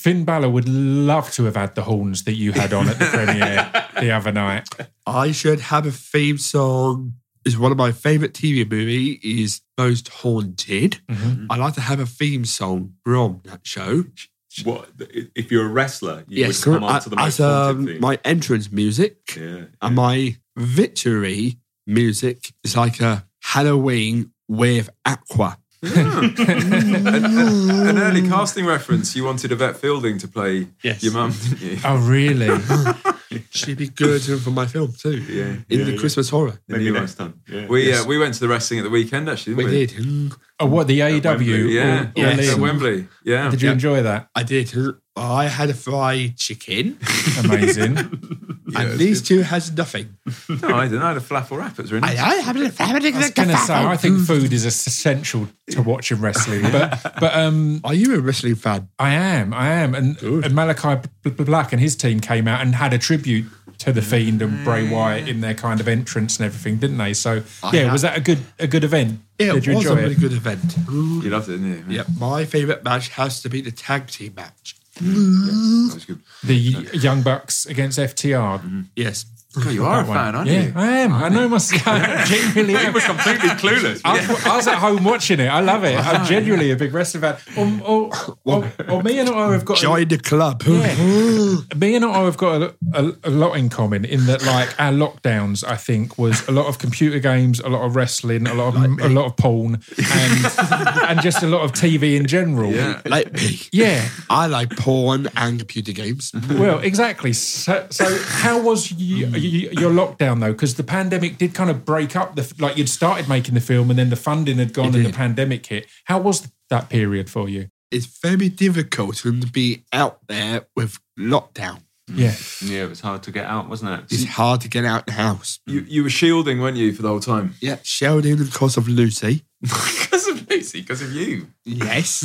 [SPEAKER 1] Finn Balor would love to have had the horns that you had on at the premiere the other night.
[SPEAKER 4] I should have a theme song. Is one of my favorite TV movie is Most Haunted.
[SPEAKER 1] Mhm.
[SPEAKER 3] Mm-hmm.
[SPEAKER 4] I'd like to have a theme song from that show.
[SPEAKER 6] What if you're a wrestler? You
[SPEAKER 4] yes, Uh,
[SPEAKER 6] would come on to the most
[SPEAKER 4] as
[SPEAKER 6] haunted
[SPEAKER 4] um,
[SPEAKER 6] thing.
[SPEAKER 4] my entrance music
[SPEAKER 6] yeah,
[SPEAKER 4] and my victory music is like a Halloween with Aqua.
[SPEAKER 3] an, [laughs] an- an early casting reference. You wanted Yvette Fielding to play
[SPEAKER 4] Yes.
[SPEAKER 3] your mum, didn't you?
[SPEAKER 1] Oh, really?
[SPEAKER 4] She'd be good for my film too.
[SPEAKER 6] yeah.
[SPEAKER 4] In
[SPEAKER 6] yeah,
[SPEAKER 4] the
[SPEAKER 6] yeah.
[SPEAKER 4] Christmas horror.
[SPEAKER 3] The
[SPEAKER 6] Maybe
[SPEAKER 3] new
[SPEAKER 6] next
[SPEAKER 3] one.
[SPEAKER 6] time. Yeah.
[SPEAKER 3] We uh, we went to the wrestling at the weekend actually,
[SPEAKER 4] We
[SPEAKER 3] didn't we?
[SPEAKER 4] did. Mm,
[SPEAKER 1] oh, what the AEW?
[SPEAKER 6] Wembley,
[SPEAKER 3] Yeah,
[SPEAKER 1] All- all
[SPEAKER 4] Yes.
[SPEAKER 3] at
[SPEAKER 1] in.
[SPEAKER 3] Wembley. Yeah,
[SPEAKER 1] Did you
[SPEAKER 4] Yeah.
[SPEAKER 1] enjoy that?
[SPEAKER 4] I did. I had a fried chicken
[SPEAKER 6] [laughs]
[SPEAKER 1] Amazing.
[SPEAKER 4] and these two has nothing.
[SPEAKER 6] [laughs]
[SPEAKER 3] no, I didn't. I had a falafel wrap. It was really
[SPEAKER 4] I
[SPEAKER 3] nice.
[SPEAKER 4] have a family.
[SPEAKER 1] I was going to say, I think food is essential to watching wrestling, but but um,
[SPEAKER 4] Are you a wrestling fan?
[SPEAKER 1] I am, I am, and, and Malachi B- B- Black and his team came out and had a tribute to the Fiend and Bray Wyatt in their kind of entrance and everything, didn't they? So yeah,
[SPEAKER 4] ha-
[SPEAKER 1] was that a good a good event?
[SPEAKER 4] Yeah,
[SPEAKER 1] Did you
[SPEAKER 4] it was
[SPEAKER 1] enjoy
[SPEAKER 4] a really
[SPEAKER 1] it?
[SPEAKER 4] good event.
[SPEAKER 3] You loved it, didn't you?
[SPEAKER 4] Yeah, my favourite match has to be the tag team match.
[SPEAKER 3] that was good.
[SPEAKER 1] The Young Bucks against FTR.
[SPEAKER 4] Yes.
[SPEAKER 3] God, you are a
[SPEAKER 1] That one.
[SPEAKER 3] fan, aren't
[SPEAKER 1] yeah,
[SPEAKER 3] you? [laughs]
[SPEAKER 1] I am. I know myself. I genuinely am.
[SPEAKER 6] completely clueless.
[SPEAKER 1] I was, I was at home watching it. I love it. I'm genuinely a big wrestling fan. Um, Or, or, or, or oh, me and I have got a-
[SPEAKER 4] Join the club.
[SPEAKER 1] me and I have got a, a, a lot in common in that, like our lockdowns, I think was a lot of computer games, a lot of wrestling, a lot of a lot of porn, and and just a lot of TV in general.
[SPEAKER 3] [laughs] Yeah.
[SPEAKER 4] like me. [laughs]
[SPEAKER 1] Yeah.
[SPEAKER 4] I like porn and
[SPEAKER 3] [laughs]
[SPEAKER 4] computer games.
[SPEAKER 1] Well, exactly. So, so how was you, you, your lockdown though? Because the pandemic did kind of break up the f- like you'd started making the film, and then the funding had gone, and the
[SPEAKER 4] did.
[SPEAKER 1] pandemic hit. How was that period for you?
[SPEAKER 4] It's very difficult to be out there with lockdown.
[SPEAKER 1] Yeah.
[SPEAKER 6] yeah, it was hard to get out, wasn't
[SPEAKER 4] It's
[SPEAKER 3] Mm.
[SPEAKER 6] it?
[SPEAKER 4] hard to get out the house.
[SPEAKER 3] You, you were shielding, weren't you, for the whole
[SPEAKER 6] [laughs]
[SPEAKER 3] time?
[SPEAKER 4] Yeah, Sheldon because of Lucy.
[SPEAKER 3] Because of Lucy, because of you.
[SPEAKER 4] [laughs] Yes.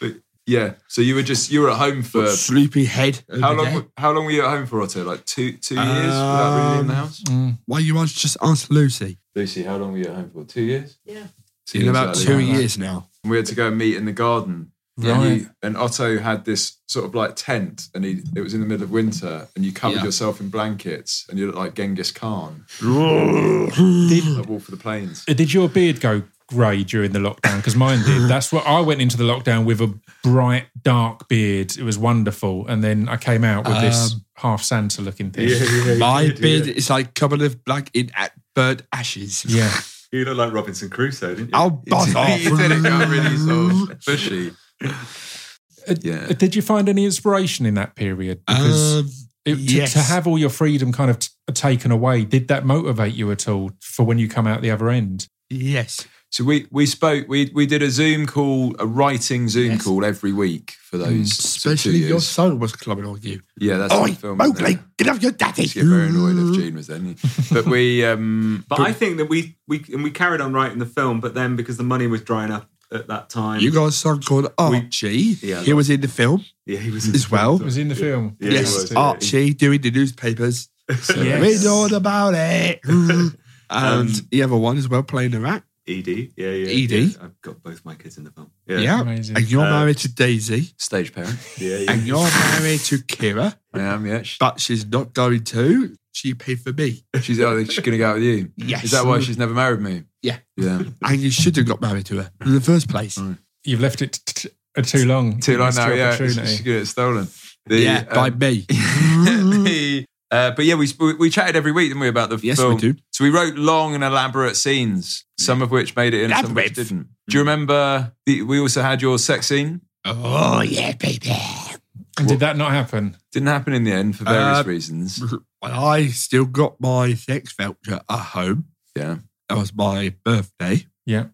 [SPEAKER 3] But yeah, so you were just you were at home for
[SPEAKER 4] Sleepy head. over
[SPEAKER 3] how long?
[SPEAKER 4] there.
[SPEAKER 3] were- How long were you at home for, Otto? Like two two years without really leaving the house.
[SPEAKER 4] Why you ask, just ask Lucy?
[SPEAKER 3] Um, Lucy, how long were you at home for? Two years. Yeah.
[SPEAKER 4] In about two years now.
[SPEAKER 3] And we had to go and meet in the garden. And, you- and Otto had this sort of like tent, and he, it was in the middle of winter, and you covered
[SPEAKER 4] Yeah.
[SPEAKER 3] yourself in blankets, and you looked like Genghis Khan, [laughs] like Wolf of the Plains.
[SPEAKER 1] Did your beard go grey during the lockdown? Because mine did. That's what I went into the lockdown with a bright, dark beard. It was wonderful. And then I came out with this half Santa looking thing. Yeah.
[SPEAKER 4] My beard is like covered with black in at bird ashes.
[SPEAKER 6] You look like Robinson Crusoe, didn't you?
[SPEAKER 4] I'll
[SPEAKER 3] [laughs]
[SPEAKER 4] buzz off.
[SPEAKER 3] you did it go really sort of bushy. Yeah.
[SPEAKER 1] Uh, Did you find any inspiration in that period? Because
[SPEAKER 4] Um,
[SPEAKER 1] it- to,
[SPEAKER 4] yes.
[SPEAKER 1] to have all your freedom kind of t- taken away, did that motivate you at all for when you come out the other end?
[SPEAKER 4] yes.
[SPEAKER 3] So we we spoke we we did a Zoom call, a writing Zoom call every week for those sort of two
[SPEAKER 4] Especially your
[SPEAKER 3] years.
[SPEAKER 4] son was clubbing on you.
[SPEAKER 3] Yeah, that's
[SPEAKER 4] Oi,
[SPEAKER 3] the film. isn't
[SPEAKER 4] Mowgli,
[SPEAKER 3] it?
[SPEAKER 4] get off your daddy.
[SPEAKER 3] Used to get very annoyed
[SPEAKER 4] Mm.
[SPEAKER 3] if Gene was then. But we um
[SPEAKER 6] But I think that we we and we carried on writing the film, but then because the money was drying up at that time,
[SPEAKER 4] You got a son called Archie.
[SPEAKER 6] Yeah,
[SPEAKER 4] he was in the film
[SPEAKER 6] yeah, he was
[SPEAKER 4] as well.
[SPEAKER 1] It was in the film.
[SPEAKER 6] Yeah, he
[SPEAKER 4] yes,
[SPEAKER 6] was, yeah.
[SPEAKER 4] Archie doing the newspapers.
[SPEAKER 1] Yes.
[SPEAKER 4] We know all about it. [laughs] and
[SPEAKER 3] Um,
[SPEAKER 4] the other one as well, playing the rat.
[SPEAKER 6] Ed, E yeah, yeah,
[SPEAKER 4] ED.
[SPEAKER 6] yeah. I've got both my kids in the film. Yeah,
[SPEAKER 4] E Yeah.
[SPEAKER 1] Amazing.
[SPEAKER 4] And you're
[SPEAKER 6] Uh,
[SPEAKER 4] married to Daisy.
[SPEAKER 3] stage parent.
[SPEAKER 6] yeah, yeah.
[SPEAKER 4] And you're married to Kira.
[SPEAKER 3] I am, yeah. She-
[SPEAKER 4] But she's not going to. She paid for me.
[SPEAKER 3] She's oh, she's gonna go out with you.
[SPEAKER 4] Yes.
[SPEAKER 3] Is that why she's never married me?
[SPEAKER 4] Yeah. [laughs]
[SPEAKER 3] Yeah.
[SPEAKER 4] And you should have got married to her in the first place.
[SPEAKER 1] You've left it t- t- uh, too long.
[SPEAKER 3] Too
[SPEAKER 1] You
[SPEAKER 3] long
[SPEAKER 1] missed
[SPEAKER 3] now,
[SPEAKER 1] your
[SPEAKER 3] yeah. She's
[SPEAKER 1] opportunity.
[SPEAKER 3] she's gonna get stolen. The,
[SPEAKER 4] yeah, by
[SPEAKER 3] um,
[SPEAKER 4] me.
[SPEAKER 3] [laughs] the, uh, but yeah, we, sp- we chatted every week, didn't we, about the
[SPEAKER 4] [laughs] Yes, we
[SPEAKER 3] film?
[SPEAKER 4] do.
[SPEAKER 3] So we wrote long and elaborate scenes, some of which made it in, and some of which
[SPEAKER 4] Elaborate. Mm.
[SPEAKER 3] didn't. Do you remember? The, we also had your sex scene.
[SPEAKER 4] Oh, yeah, baby.
[SPEAKER 1] And did that not happen?
[SPEAKER 3] Didn't happen in the end for various
[SPEAKER 4] Uh,
[SPEAKER 3] reasons.
[SPEAKER 4] Well, I still got my sex voucher at home.
[SPEAKER 3] Yeah.
[SPEAKER 4] That was my birthday.
[SPEAKER 1] Yeah.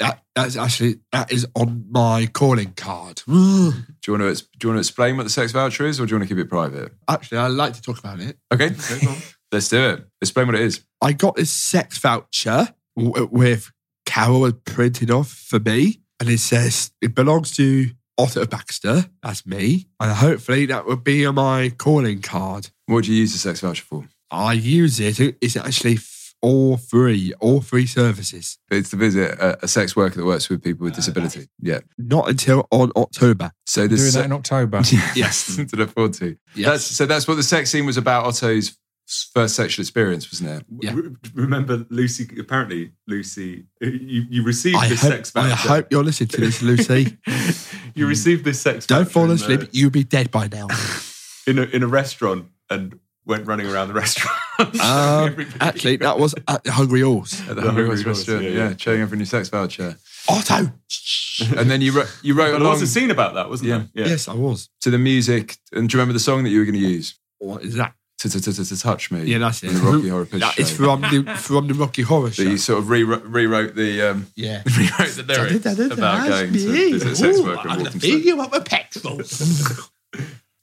[SPEAKER 4] That that's actually that is on my calling card. actually,
[SPEAKER 3] Do you want to do you want to explain what the sex voucher is, or do you want to keep it private?
[SPEAKER 4] I like to talk about it.
[SPEAKER 3] Okay, [laughs] let's do it. Explain what it is.
[SPEAKER 4] I got this sex voucher w- with Carol had printed off for me, and it says it belongs to Otto Baxter. That's me, and hopefully that will be on my calling card.
[SPEAKER 3] What do you use the sex voucher for?
[SPEAKER 4] I use it. It's actually f- all three, all three services.
[SPEAKER 3] It's to visit a, a sex worker that works with people with disability. Yeah.
[SPEAKER 4] Not until on October.
[SPEAKER 3] So
[SPEAKER 1] Doing
[SPEAKER 3] this [laughs]
[SPEAKER 1] that in October.
[SPEAKER 4] Yes.
[SPEAKER 3] to look forward to.
[SPEAKER 4] Yes.
[SPEAKER 3] That's, so that's what the sex scene was about. Otto's first sexual experience, wasn't it?
[SPEAKER 4] Yeah.
[SPEAKER 6] Re- remember Lucy? Apparently, Lucy, uh, you, you received
[SPEAKER 4] I
[SPEAKER 6] this
[SPEAKER 4] hope,
[SPEAKER 6] sex
[SPEAKER 4] I
[SPEAKER 3] [laughs]
[SPEAKER 6] voucher. [laughs]
[SPEAKER 4] hope you're listening to this, Lucy.
[SPEAKER 6] you received this sex.
[SPEAKER 4] Don't
[SPEAKER 6] voucher
[SPEAKER 4] fall
[SPEAKER 6] in
[SPEAKER 4] asleep.
[SPEAKER 6] the-
[SPEAKER 4] You'll be dead by
[SPEAKER 3] [laughs]
[SPEAKER 4] now.
[SPEAKER 6] in a, in a restaurant and went running around the restaurant. [laughs]
[SPEAKER 4] um,
[SPEAKER 6] Everybody-
[SPEAKER 4] actually, that was at the Hungry Horse.
[SPEAKER 3] At the
[SPEAKER 6] Yeah,
[SPEAKER 3] Hungry
[SPEAKER 6] Hungry
[SPEAKER 3] Horse
[SPEAKER 6] Horse,
[SPEAKER 3] restaurant,
[SPEAKER 6] yeah,
[SPEAKER 3] yeah,
[SPEAKER 6] yeah.
[SPEAKER 3] showing up in your sex voucher,
[SPEAKER 4] Otto.
[SPEAKER 3] and then you wrote, you wrote
[SPEAKER 6] But
[SPEAKER 3] along
[SPEAKER 6] lots of scene about that, wasn't
[SPEAKER 3] Yeah.
[SPEAKER 6] there? Yeah.
[SPEAKER 4] Yes, I was.
[SPEAKER 3] to the music. And do you remember the song that you were going to use?
[SPEAKER 4] What is that?
[SPEAKER 3] To to to to to touch me.
[SPEAKER 4] Yeah, that's it.
[SPEAKER 3] In the
[SPEAKER 4] [laughs]
[SPEAKER 3] Rocky Horror Picture
[SPEAKER 4] That is
[SPEAKER 3] Show.
[SPEAKER 4] from the from the Rocky Horror
[SPEAKER 3] That
[SPEAKER 4] Show.
[SPEAKER 3] you sort of re- rewrote the um,
[SPEAKER 4] Yeah.
[SPEAKER 3] rewrote the lyrics about going to visit a sex worker and walking through.
[SPEAKER 4] you up
[SPEAKER 3] [laughs]
[SPEAKER 4] with petrol.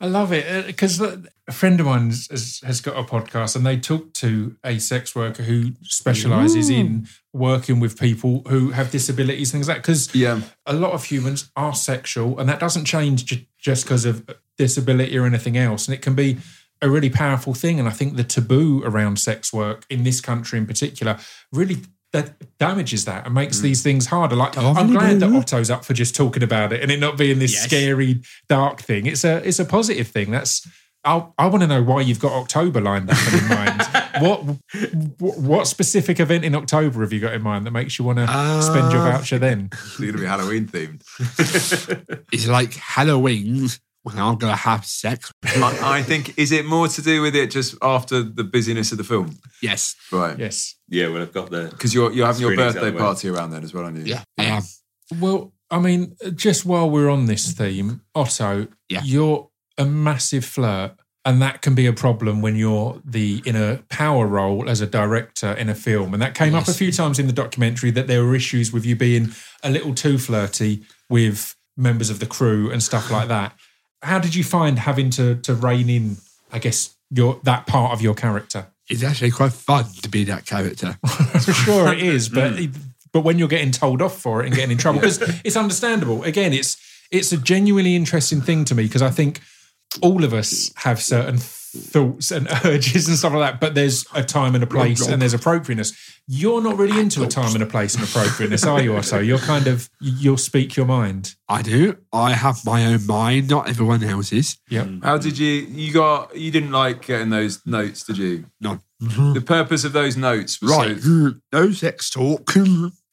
[SPEAKER 1] I love it uh, because a friend of mine has, has got a podcast and they talk to a sex worker who specializes in working with people who have disabilities, things like that. Because
[SPEAKER 3] Yeah,
[SPEAKER 1] a lot of humans are sexual, and that doesn't change ju- just because of disability or anything else. And it can be a really powerful thing. And I think the taboo around sex work in this country in particular really that damages that and makes these things harder. Like I'm glad that Otto's up for just talking about it and it not being this scary dark thing. It's a it's a positive thing. That's i I want to know why you've got October lined up in mind. what, what what specific event in October have you got in mind that makes you want to spend your
[SPEAKER 4] Ah.
[SPEAKER 1] voucher then?
[SPEAKER 3] [laughs] it's going to be Halloween themed.
[SPEAKER 4] It's like Halloween when I'm gonna have sex.
[SPEAKER 3] I, I think is it more to do with it just after the busyness of the film,
[SPEAKER 4] Yes.
[SPEAKER 3] right?
[SPEAKER 1] Yes.
[SPEAKER 6] Yeah, well, I've got the.
[SPEAKER 3] Because you're you're having your
[SPEAKER 6] Screenings
[SPEAKER 3] birthday
[SPEAKER 6] out the way.
[SPEAKER 3] party around then as well, aren't you?
[SPEAKER 4] Yeah. I am.
[SPEAKER 1] Well, I mean, just while we're on this theme, Otto,
[SPEAKER 4] Yeah.
[SPEAKER 1] you're a massive flirt, and that can be a problem when you're the in a power role as a director in a film. And that came up a few times in the documentary that there were issues with you being a little too flirty with members of the crew and stuff like that. How did you find having to to rein in, I guess, your that part of your character?
[SPEAKER 4] It's actually quite fun to be that character.
[SPEAKER 3] [laughs]
[SPEAKER 1] sure it is, [laughs] but but when you're getting told off for it and getting in trouble, [laughs] because it's understandable. Again, it's it's a genuinely interesting thing to me because I think all of us have certain thoughts and [laughs] urges and stuff like that, but there's a time and a place and there's appropriateness. You're not really into a time and a place and appropriateness, are you, Otto? You're kind of you'll speak your mind.
[SPEAKER 4] I do. I have my own mind, not everyone else's.
[SPEAKER 1] Yep.
[SPEAKER 3] How did you you got you didn't like getting those notes, did you?
[SPEAKER 4] No.
[SPEAKER 3] The purpose of those notes was
[SPEAKER 4] Right.
[SPEAKER 3] so-
[SPEAKER 4] No sex talk. [laughs]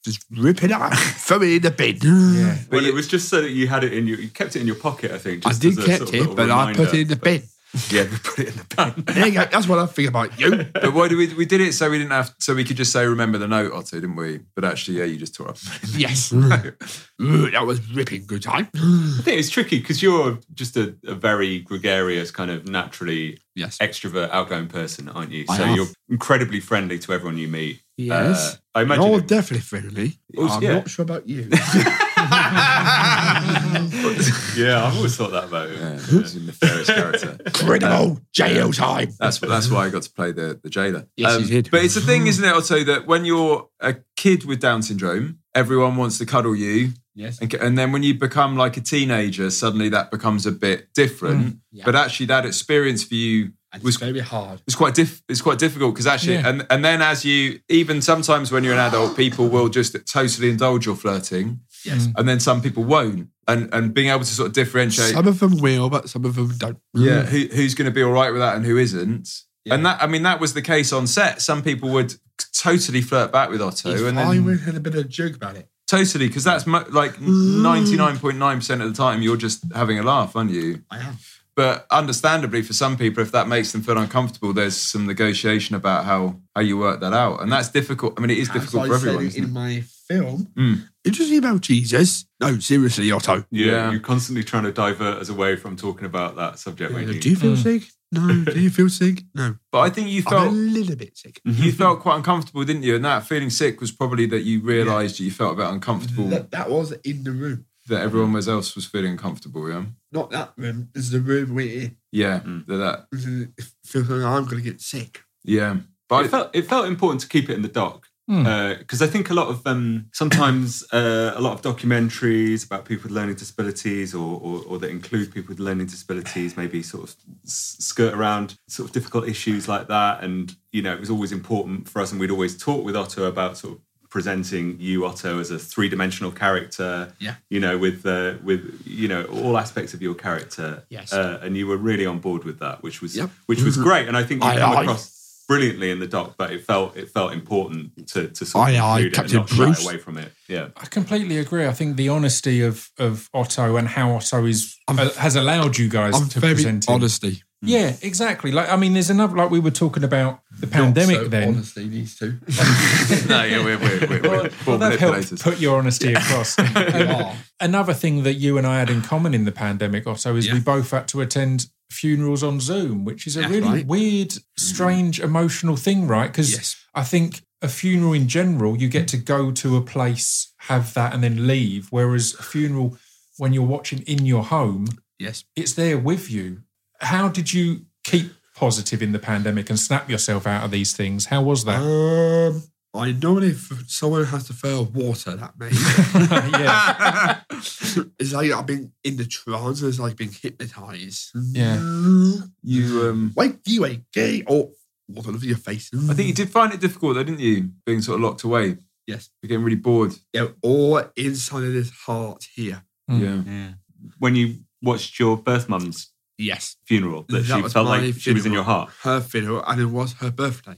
[SPEAKER 4] Just rip it up. Throw it in the bin.
[SPEAKER 1] Yeah.
[SPEAKER 6] But
[SPEAKER 3] you-
[SPEAKER 6] it was just so that you had it in your, you kept it in your pocket, I think.
[SPEAKER 4] I
[SPEAKER 6] Just
[SPEAKER 4] did
[SPEAKER 6] as a
[SPEAKER 4] kept
[SPEAKER 6] sort of
[SPEAKER 4] it,
[SPEAKER 6] little
[SPEAKER 4] but I put it in
[SPEAKER 6] reminder.
[SPEAKER 4] the bin.
[SPEAKER 6] Yeah, we put it in [laughs] the bin.
[SPEAKER 4] There you go. That's what I think about [laughs] you.
[SPEAKER 3] but why did we we did it so we didn't have so we could just say remember the note or two, didn't we? But actually, yeah, you just tore up.
[SPEAKER 4] [laughs] yes. Ooh, that was ripping good time.
[SPEAKER 6] I think it's tricky because you're just a, a very gregarious, kind of naturally
[SPEAKER 4] [gasps] Yes.
[SPEAKER 6] extrovert, outgoing person, aren't you?
[SPEAKER 4] I
[SPEAKER 6] so
[SPEAKER 4] am.
[SPEAKER 6] you're incredibly friendly to everyone you meet.
[SPEAKER 4] Yes.
[SPEAKER 6] Uh, I imagine.
[SPEAKER 4] You're
[SPEAKER 6] it-
[SPEAKER 4] definitely friendly.
[SPEAKER 6] Also-
[SPEAKER 4] Oh, I'm
[SPEAKER 6] yeah.
[SPEAKER 4] not sure about [laughs] you.
[SPEAKER 6] [laughs] yeah, I've always thought that about it.
[SPEAKER 3] Yeah, he was a nefarious character.
[SPEAKER 4] Incredible jail time.
[SPEAKER 3] That's that's why I got to play the the jailer. Um,
[SPEAKER 4] Yes, you did.
[SPEAKER 3] But it's the thing, isn't it, Otto, that when you're a kid with Down syndrome, everyone wants to cuddle you.
[SPEAKER 4] Yes.
[SPEAKER 3] And, and then when you become like a teenager, suddenly that becomes a bit different.
[SPEAKER 4] yeah.
[SPEAKER 3] But actually, that experience for you
[SPEAKER 4] And
[SPEAKER 3] was
[SPEAKER 4] it's very hard.
[SPEAKER 3] it's quite diff- it's quite difficult because actually
[SPEAKER 1] Yeah.
[SPEAKER 3] and and then as you even sometimes when you're an adult people will just totally indulge your flirting
[SPEAKER 4] Yes.
[SPEAKER 3] and then some people won't and and being able to sort of differentiate
[SPEAKER 4] Some Mm. of them will, but some of them don't.
[SPEAKER 3] yeah who, who's going to be all right with that and who isn't and that I mean that was the case on set some people would totally flirt back with Otto and
[SPEAKER 4] I
[SPEAKER 3] then
[SPEAKER 4] would have a bit of a joke about it.
[SPEAKER 3] totally because that's mo- like
[SPEAKER 4] Mm.
[SPEAKER 3] 99.9% of the time you're just having a laugh aren't you
[SPEAKER 4] I am.
[SPEAKER 3] but understandably for some people if that makes them feel uncomfortable there's some negotiation about how how you work that out and that's difficult i mean it is difficult
[SPEAKER 4] As
[SPEAKER 3] for
[SPEAKER 4] I
[SPEAKER 3] everyone
[SPEAKER 4] said
[SPEAKER 3] isn't
[SPEAKER 4] in
[SPEAKER 3] it?
[SPEAKER 4] my film.
[SPEAKER 3] Mm.
[SPEAKER 4] Interesting about Jesus. No, seriously, Otto.
[SPEAKER 6] Yeah,
[SPEAKER 3] Yeah.
[SPEAKER 6] you're constantly trying to divert us away from talking about that subject.
[SPEAKER 4] Do
[SPEAKER 6] when you-
[SPEAKER 4] you feel
[SPEAKER 3] Hmm.
[SPEAKER 4] sick?
[SPEAKER 3] [laughs]
[SPEAKER 4] No. Do you feel sick? No.
[SPEAKER 3] but i think you
[SPEAKER 4] I'm a
[SPEAKER 3] felt
[SPEAKER 4] little bit sick.
[SPEAKER 3] you [laughs] felt quite uncomfortable didn't you and that feeling sick was probably that you realized that you felt a bit uncomfortable
[SPEAKER 4] That, that was in the room.
[SPEAKER 3] that everyone was- else was feeling uncomfortable yeah
[SPEAKER 4] Not that room. It's the room we're in.
[SPEAKER 3] yeah
[SPEAKER 6] Hmm.
[SPEAKER 3] that, that
[SPEAKER 4] It feels like I'm going to get sick.
[SPEAKER 3] yeah
[SPEAKER 6] it
[SPEAKER 3] but I,
[SPEAKER 6] felt it felt important to keep it in the doc
[SPEAKER 4] Hmm.
[SPEAKER 6] because I think a lot of um, sometimes uh, a lot of documentaries about people with learning disabilities or, or or that include people with learning disabilities maybe sort of s- skirt around sort of difficult issues like that and you know it was always important for us and we'd always talk with Otto about sort of presenting you Otto as a three dimensional character
[SPEAKER 4] Yeah.
[SPEAKER 6] you know with uh, with you know all aspects of your character
[SPEAKER 4] Yes.
[SPEAKER 6] uh, and you were really on board with that which was
[SPEAKER 4] Yep. Mm-hmm.
[SPEAKER 6] which was great and I think you
[SPEAKER 4] Aye,
[SPEAKER 6] come
[SPEAKER 4] aye.
[SPEAKER 6] across brilliantly in the doc, but it felt it felt important to to sort of
[SPEAKER 4] Aye, aye,
[SPEAKER 6] include it and
[SPEAKER 4] Captain
[SPEAKER 6] not shy
[SPEAKER 4] Bruce.
[SPEAKER 6] away from it. Yeah.
[SPEAKER 1] I completely agree. I think the honesty of of Otto and how Otto is
[SPEAKER 4] I'm-
[SPEAKER 1] uh, has allowed you guys
[SPEAKER 4] I'm
[SPEAKER 1] to
[SPEAKER 4] very
[SPEAKER 1] present him.
[SPEAKER 4] honesty.
[SPEAKER 1] Yeah, exactly. Like I mean, there's another like we were talking about the pandemic. then
[SPEAKER 4] honesty these
[SPEAKER 3] [laughs]
[SPEAKER 4] two.
[SPEAKER 3] no, yeah, we're, we're, we're,
[SPEAKER 4] [laughs]
[SPEAKER 6] [laughs]
[SPEAKER 3] we're poor
[SPEAKER 1] [laughs] well, that helped
[SPEAKER 3] manipulators.
[SPEAKER 1] put your honesty across. Um,
[SPEAKER 4] are.
[SPEAKER 1] Another thing that you and I had in common in the pandemic, Otto, is we
[SPEAKER 4] Yeah.
[SPEAKER 1] both had to attend funerals on Zoom, which is a
[SPEAKER 4] That's
[SPEAKER 1] really
[SPEAKER 4] right. Mm.
[SPEAKER 1] weird, strange, emotional thing, right? Because
[SPEAKER 4] Yes.
[SPEAKER 1] I think a funeral in general, you get to go to a place, have that, and then leave. Whereas a funeral, when you're watching in your home,
[SPEAKER 4] Yes.
[SPEAKER 1] it's there with you. How did you keep positive in the pandemic and snap yourself out of these things? How was
[SPEAKER 3] Uh,
[SPEAKER 1] that?
[SPEAKER 4] Um, I normally, if someone has to throw water at
[SPEAKER 3] [laughs]
[SPEAKER 4] me,
[SPEAKER 1] [laughs] yeah.
[SPEAKER 4] [laughs] it's like I've been in the trance, it's like being hypnotized.
[SPEAKER 1] Yeah.
[SPEAKER 3] You, um,
[SPEAKER 4] Wake you, wake gay, or water over your face.
[SPEAKER 3] I think you did find it difficult, though, didn't you? Being sort of locked away.
[SPEAKER 4] Yes.
[SPEAKER 3] You're getting really bored.
[SPEAKER 4] Yeah, all inside of this heart here.
[SPEAKER 6] Hmm.
[SPEAKER 1] Mm.
[SPEAKER 3] Yeah.
[SPEAKER 6] When you watched your birth mum's
[SPEAKER 4] Yes.
[SPEAKER 6] funeral, that,
[SPEAKER 4] That
[SPEAKER 6] she
[SPEAKER 4] was
[SPEAKER 6] felt
[SPEAKER 4] my
[SPEAKER 6] like she was
[SPEAKER 4] funeral.
[SPEAKER 6] in your heart.
[SPEAKER 4] Her funeral, and it was her birthday.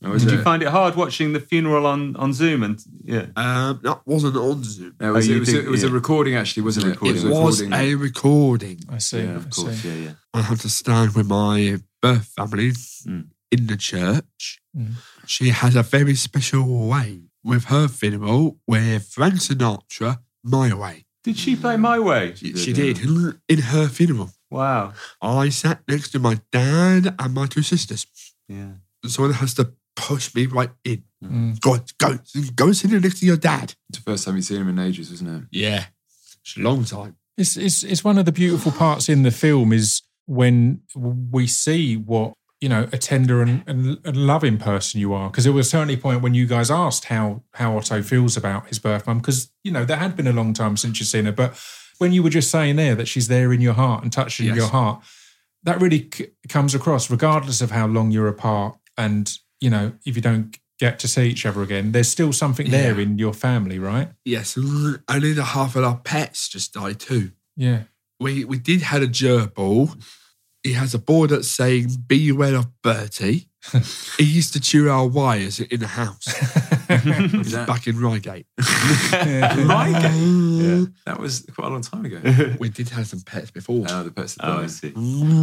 [SPEAKER 3] Oh, is
[SPEAKER 6] Did
[SPEAKER 3] it?
[SPEAKER 6] you find it hard watching the funeral on on Zoom? And yeah,
[SPEAKER 4] Um, that wasn't on Zoom.
[SPEAKER 3] No, it was,
[SPEAKER 6] Oh, you
[SPEAKER 3] it was,
[SPEAKER 6] did-
[SPEAKER 3] it was a
[SPEAKER 6] yeah.
[SPEAKER 3] recording, actually, wasn't it?
[SPEAKER 6] Recording.
[SPEAKER 4] It
[SPEAKER 3] a
[SPEAKER 4] was
[SPEAKER 3] recording.
[SPEAKER 4] a recording.
[SPEAKER 1] I see.
[SPEAKER 3] Yeah, of
[SPEAKER 1] I
[SPEAKER 6] course,
[SPEAKER 1] see.
[SPEAKER 6] yeah, yeah.
[SPEAKER 4] I had to stand with my birth family
[SPEAKER 6] Mm.
[SPEAKER 4] in the church.
[SPEAKER 1] Mm.
[SPEAKER 4] She has a very special way with her funeral with Frank Sinatra, My Way.
[SPEAKER 6] Did she play My Way?
[SPEAKER 4] She,
[SPEAKER 3] did,
[SPEAKER 4] did uh, in her funeral.
[SPEAKER 6] Wow.
[SPEAKER 4] I sat next to my dad and my two sisters. [laughs]
[SPEAKER 6] Yeah.
[SPEAKER 4] Someone has to push me right in.
[SPEAKER 1] Mm.
[SPEAKER 4] Go, on, go, go sit next to your dad.
[SPEAKER 3] It's the first time you've seen him in ages, wasn't it?
[SPEAKER 4] Yeah. It's a long time.
[SPEAKER 1] It's, it's it's one of the beautiful parts in the film is when we see what you know a tender and, and, and loving person you are because there was certainly a point when you guys asked how how Otto feels about his birth mum because you know that had been a long time since you'd seen her but when you were just saying there that she's there in your heart and touching
[SPEAKER 4] Yes.
[SPEAKER 1] your heart that really c- comes across regardless of how long you're apart and you know if you don't get to see each other again there's still something there
[SPEAKER 4] Yeah.
[SPEAKER 1] in your family right
[SPEAKER 4] Yes. Only the half of our pets just died too.
[SPEAKER 1] yeah
[SPEAKER 4] we we did had a gerbil. He has a board that's saying "Beware of [laughs] Bertie." he used to chew our wires in the [laughs] house
[SPEAKER 3] Is that,
[SPEAKER 4] back in Reigate. [laughs]
[SPEAKER 6] Right.
[SPEAKER 3] that was quite a long time [laughs] ago.
[SPEAKER 4] We did have some pets before.
[SPEAKER 3] Oh, the person
[SPEAKER 6] Oh, I
[SPEAKER 3] died.
[SPEAKER 6] see.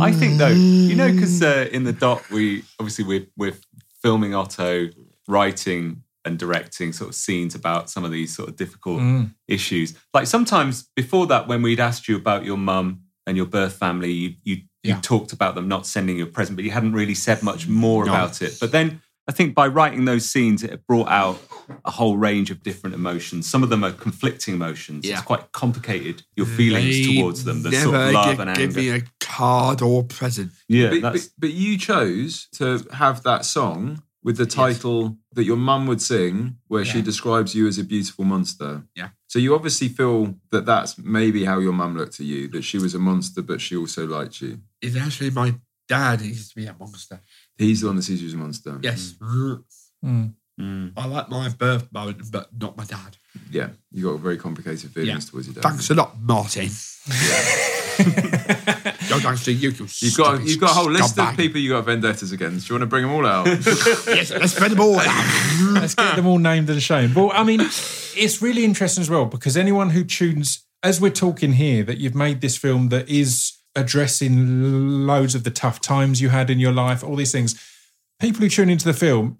[SPEAKER 6] I think though, you know, because
[SPEAKER 4] Mm.
[SPEAKER 6] uh, in the doc, we obviously we're we're filming Otto, writing and directing sort of scenes about some of these sort of difficult
[SPEAKER 1] Mm.
[SPEAKER 6] issues. Like sometimes before that, when we'd asked you about your mum and your birth family, you you,
[SPEAKER 4] Yeah.
[SPEAKER 6] you talked about them not sending you a present, but you hadn't really said much more
[SPEAKER 4] No.
[SPEAKER 6] about it. But then I think by writing those scenes, it brought out a whole range of different emotions. Some of them are conflicting emotions.
[SPEAKER 4] Yeah.
[SPEAKER 6] It's quite complicated your
[SPEAKER 4] Mm.
[SPEAKER 6] feelings
[SPEAKER 4] They
[SPEAKER 6] towards them. The
[SPEAKER 4] never
[SPEAKER 6] sort of love
[SPEAKER 4] gi-
[SPEAKER 6] and anger.
[SPEAKER 4] give me a card or a present.
[SPEAKER 6] yeah,
[SPEAKER 3] But,
[SPEAKER 6] that's
[SPEAKER 3] but, but you chose to have that song with the title that your mum would sing, where she
[SPEAKER 4] Yeah.
[SPEAKER 3] describes you as a beautiful monster.
[SPEAKER 4] Yeah.
[SPEAKER 3] So you obviously feel that that's maybe how your mum looked at you, that she was a monster, but she also liked you.
[SPEAKER 4] It's actually my dad. He used to be a monster.
[SPEAKER 3] He's the one that sees you as a monster.
[SPEAKER 4] Yes,
[SPEAKER 1] Mm.
[SPEAKER 6] Mm.
[SPEAKER 4] I like my birth moment, but not my dad.
[SPEAKER 3] Yeah. You got very complicated feelings towards your dad.
[SPEAKER 4] Thanks a lot, Martin. [laughs] Go down to you. you
[SPEAKER 3] You've got
[SPEAKER 4] stupid
[SPEAKER 3] you've got a whole list of
[SPEAKER 4] scumbag.
[SPEAKER 3] people you got vendettas against. Do you want to bring them all out?
[SPEAKER 4] Yes, let's spread them all out.
[SPEAKER 1] Let's get them all named and shamed. Well, I mean, it's really interesting as well because anyone who tunes, as we're talking here, that you've made this film that is addressing loads of the tough times you had in your life, all these things. People who tune into the film,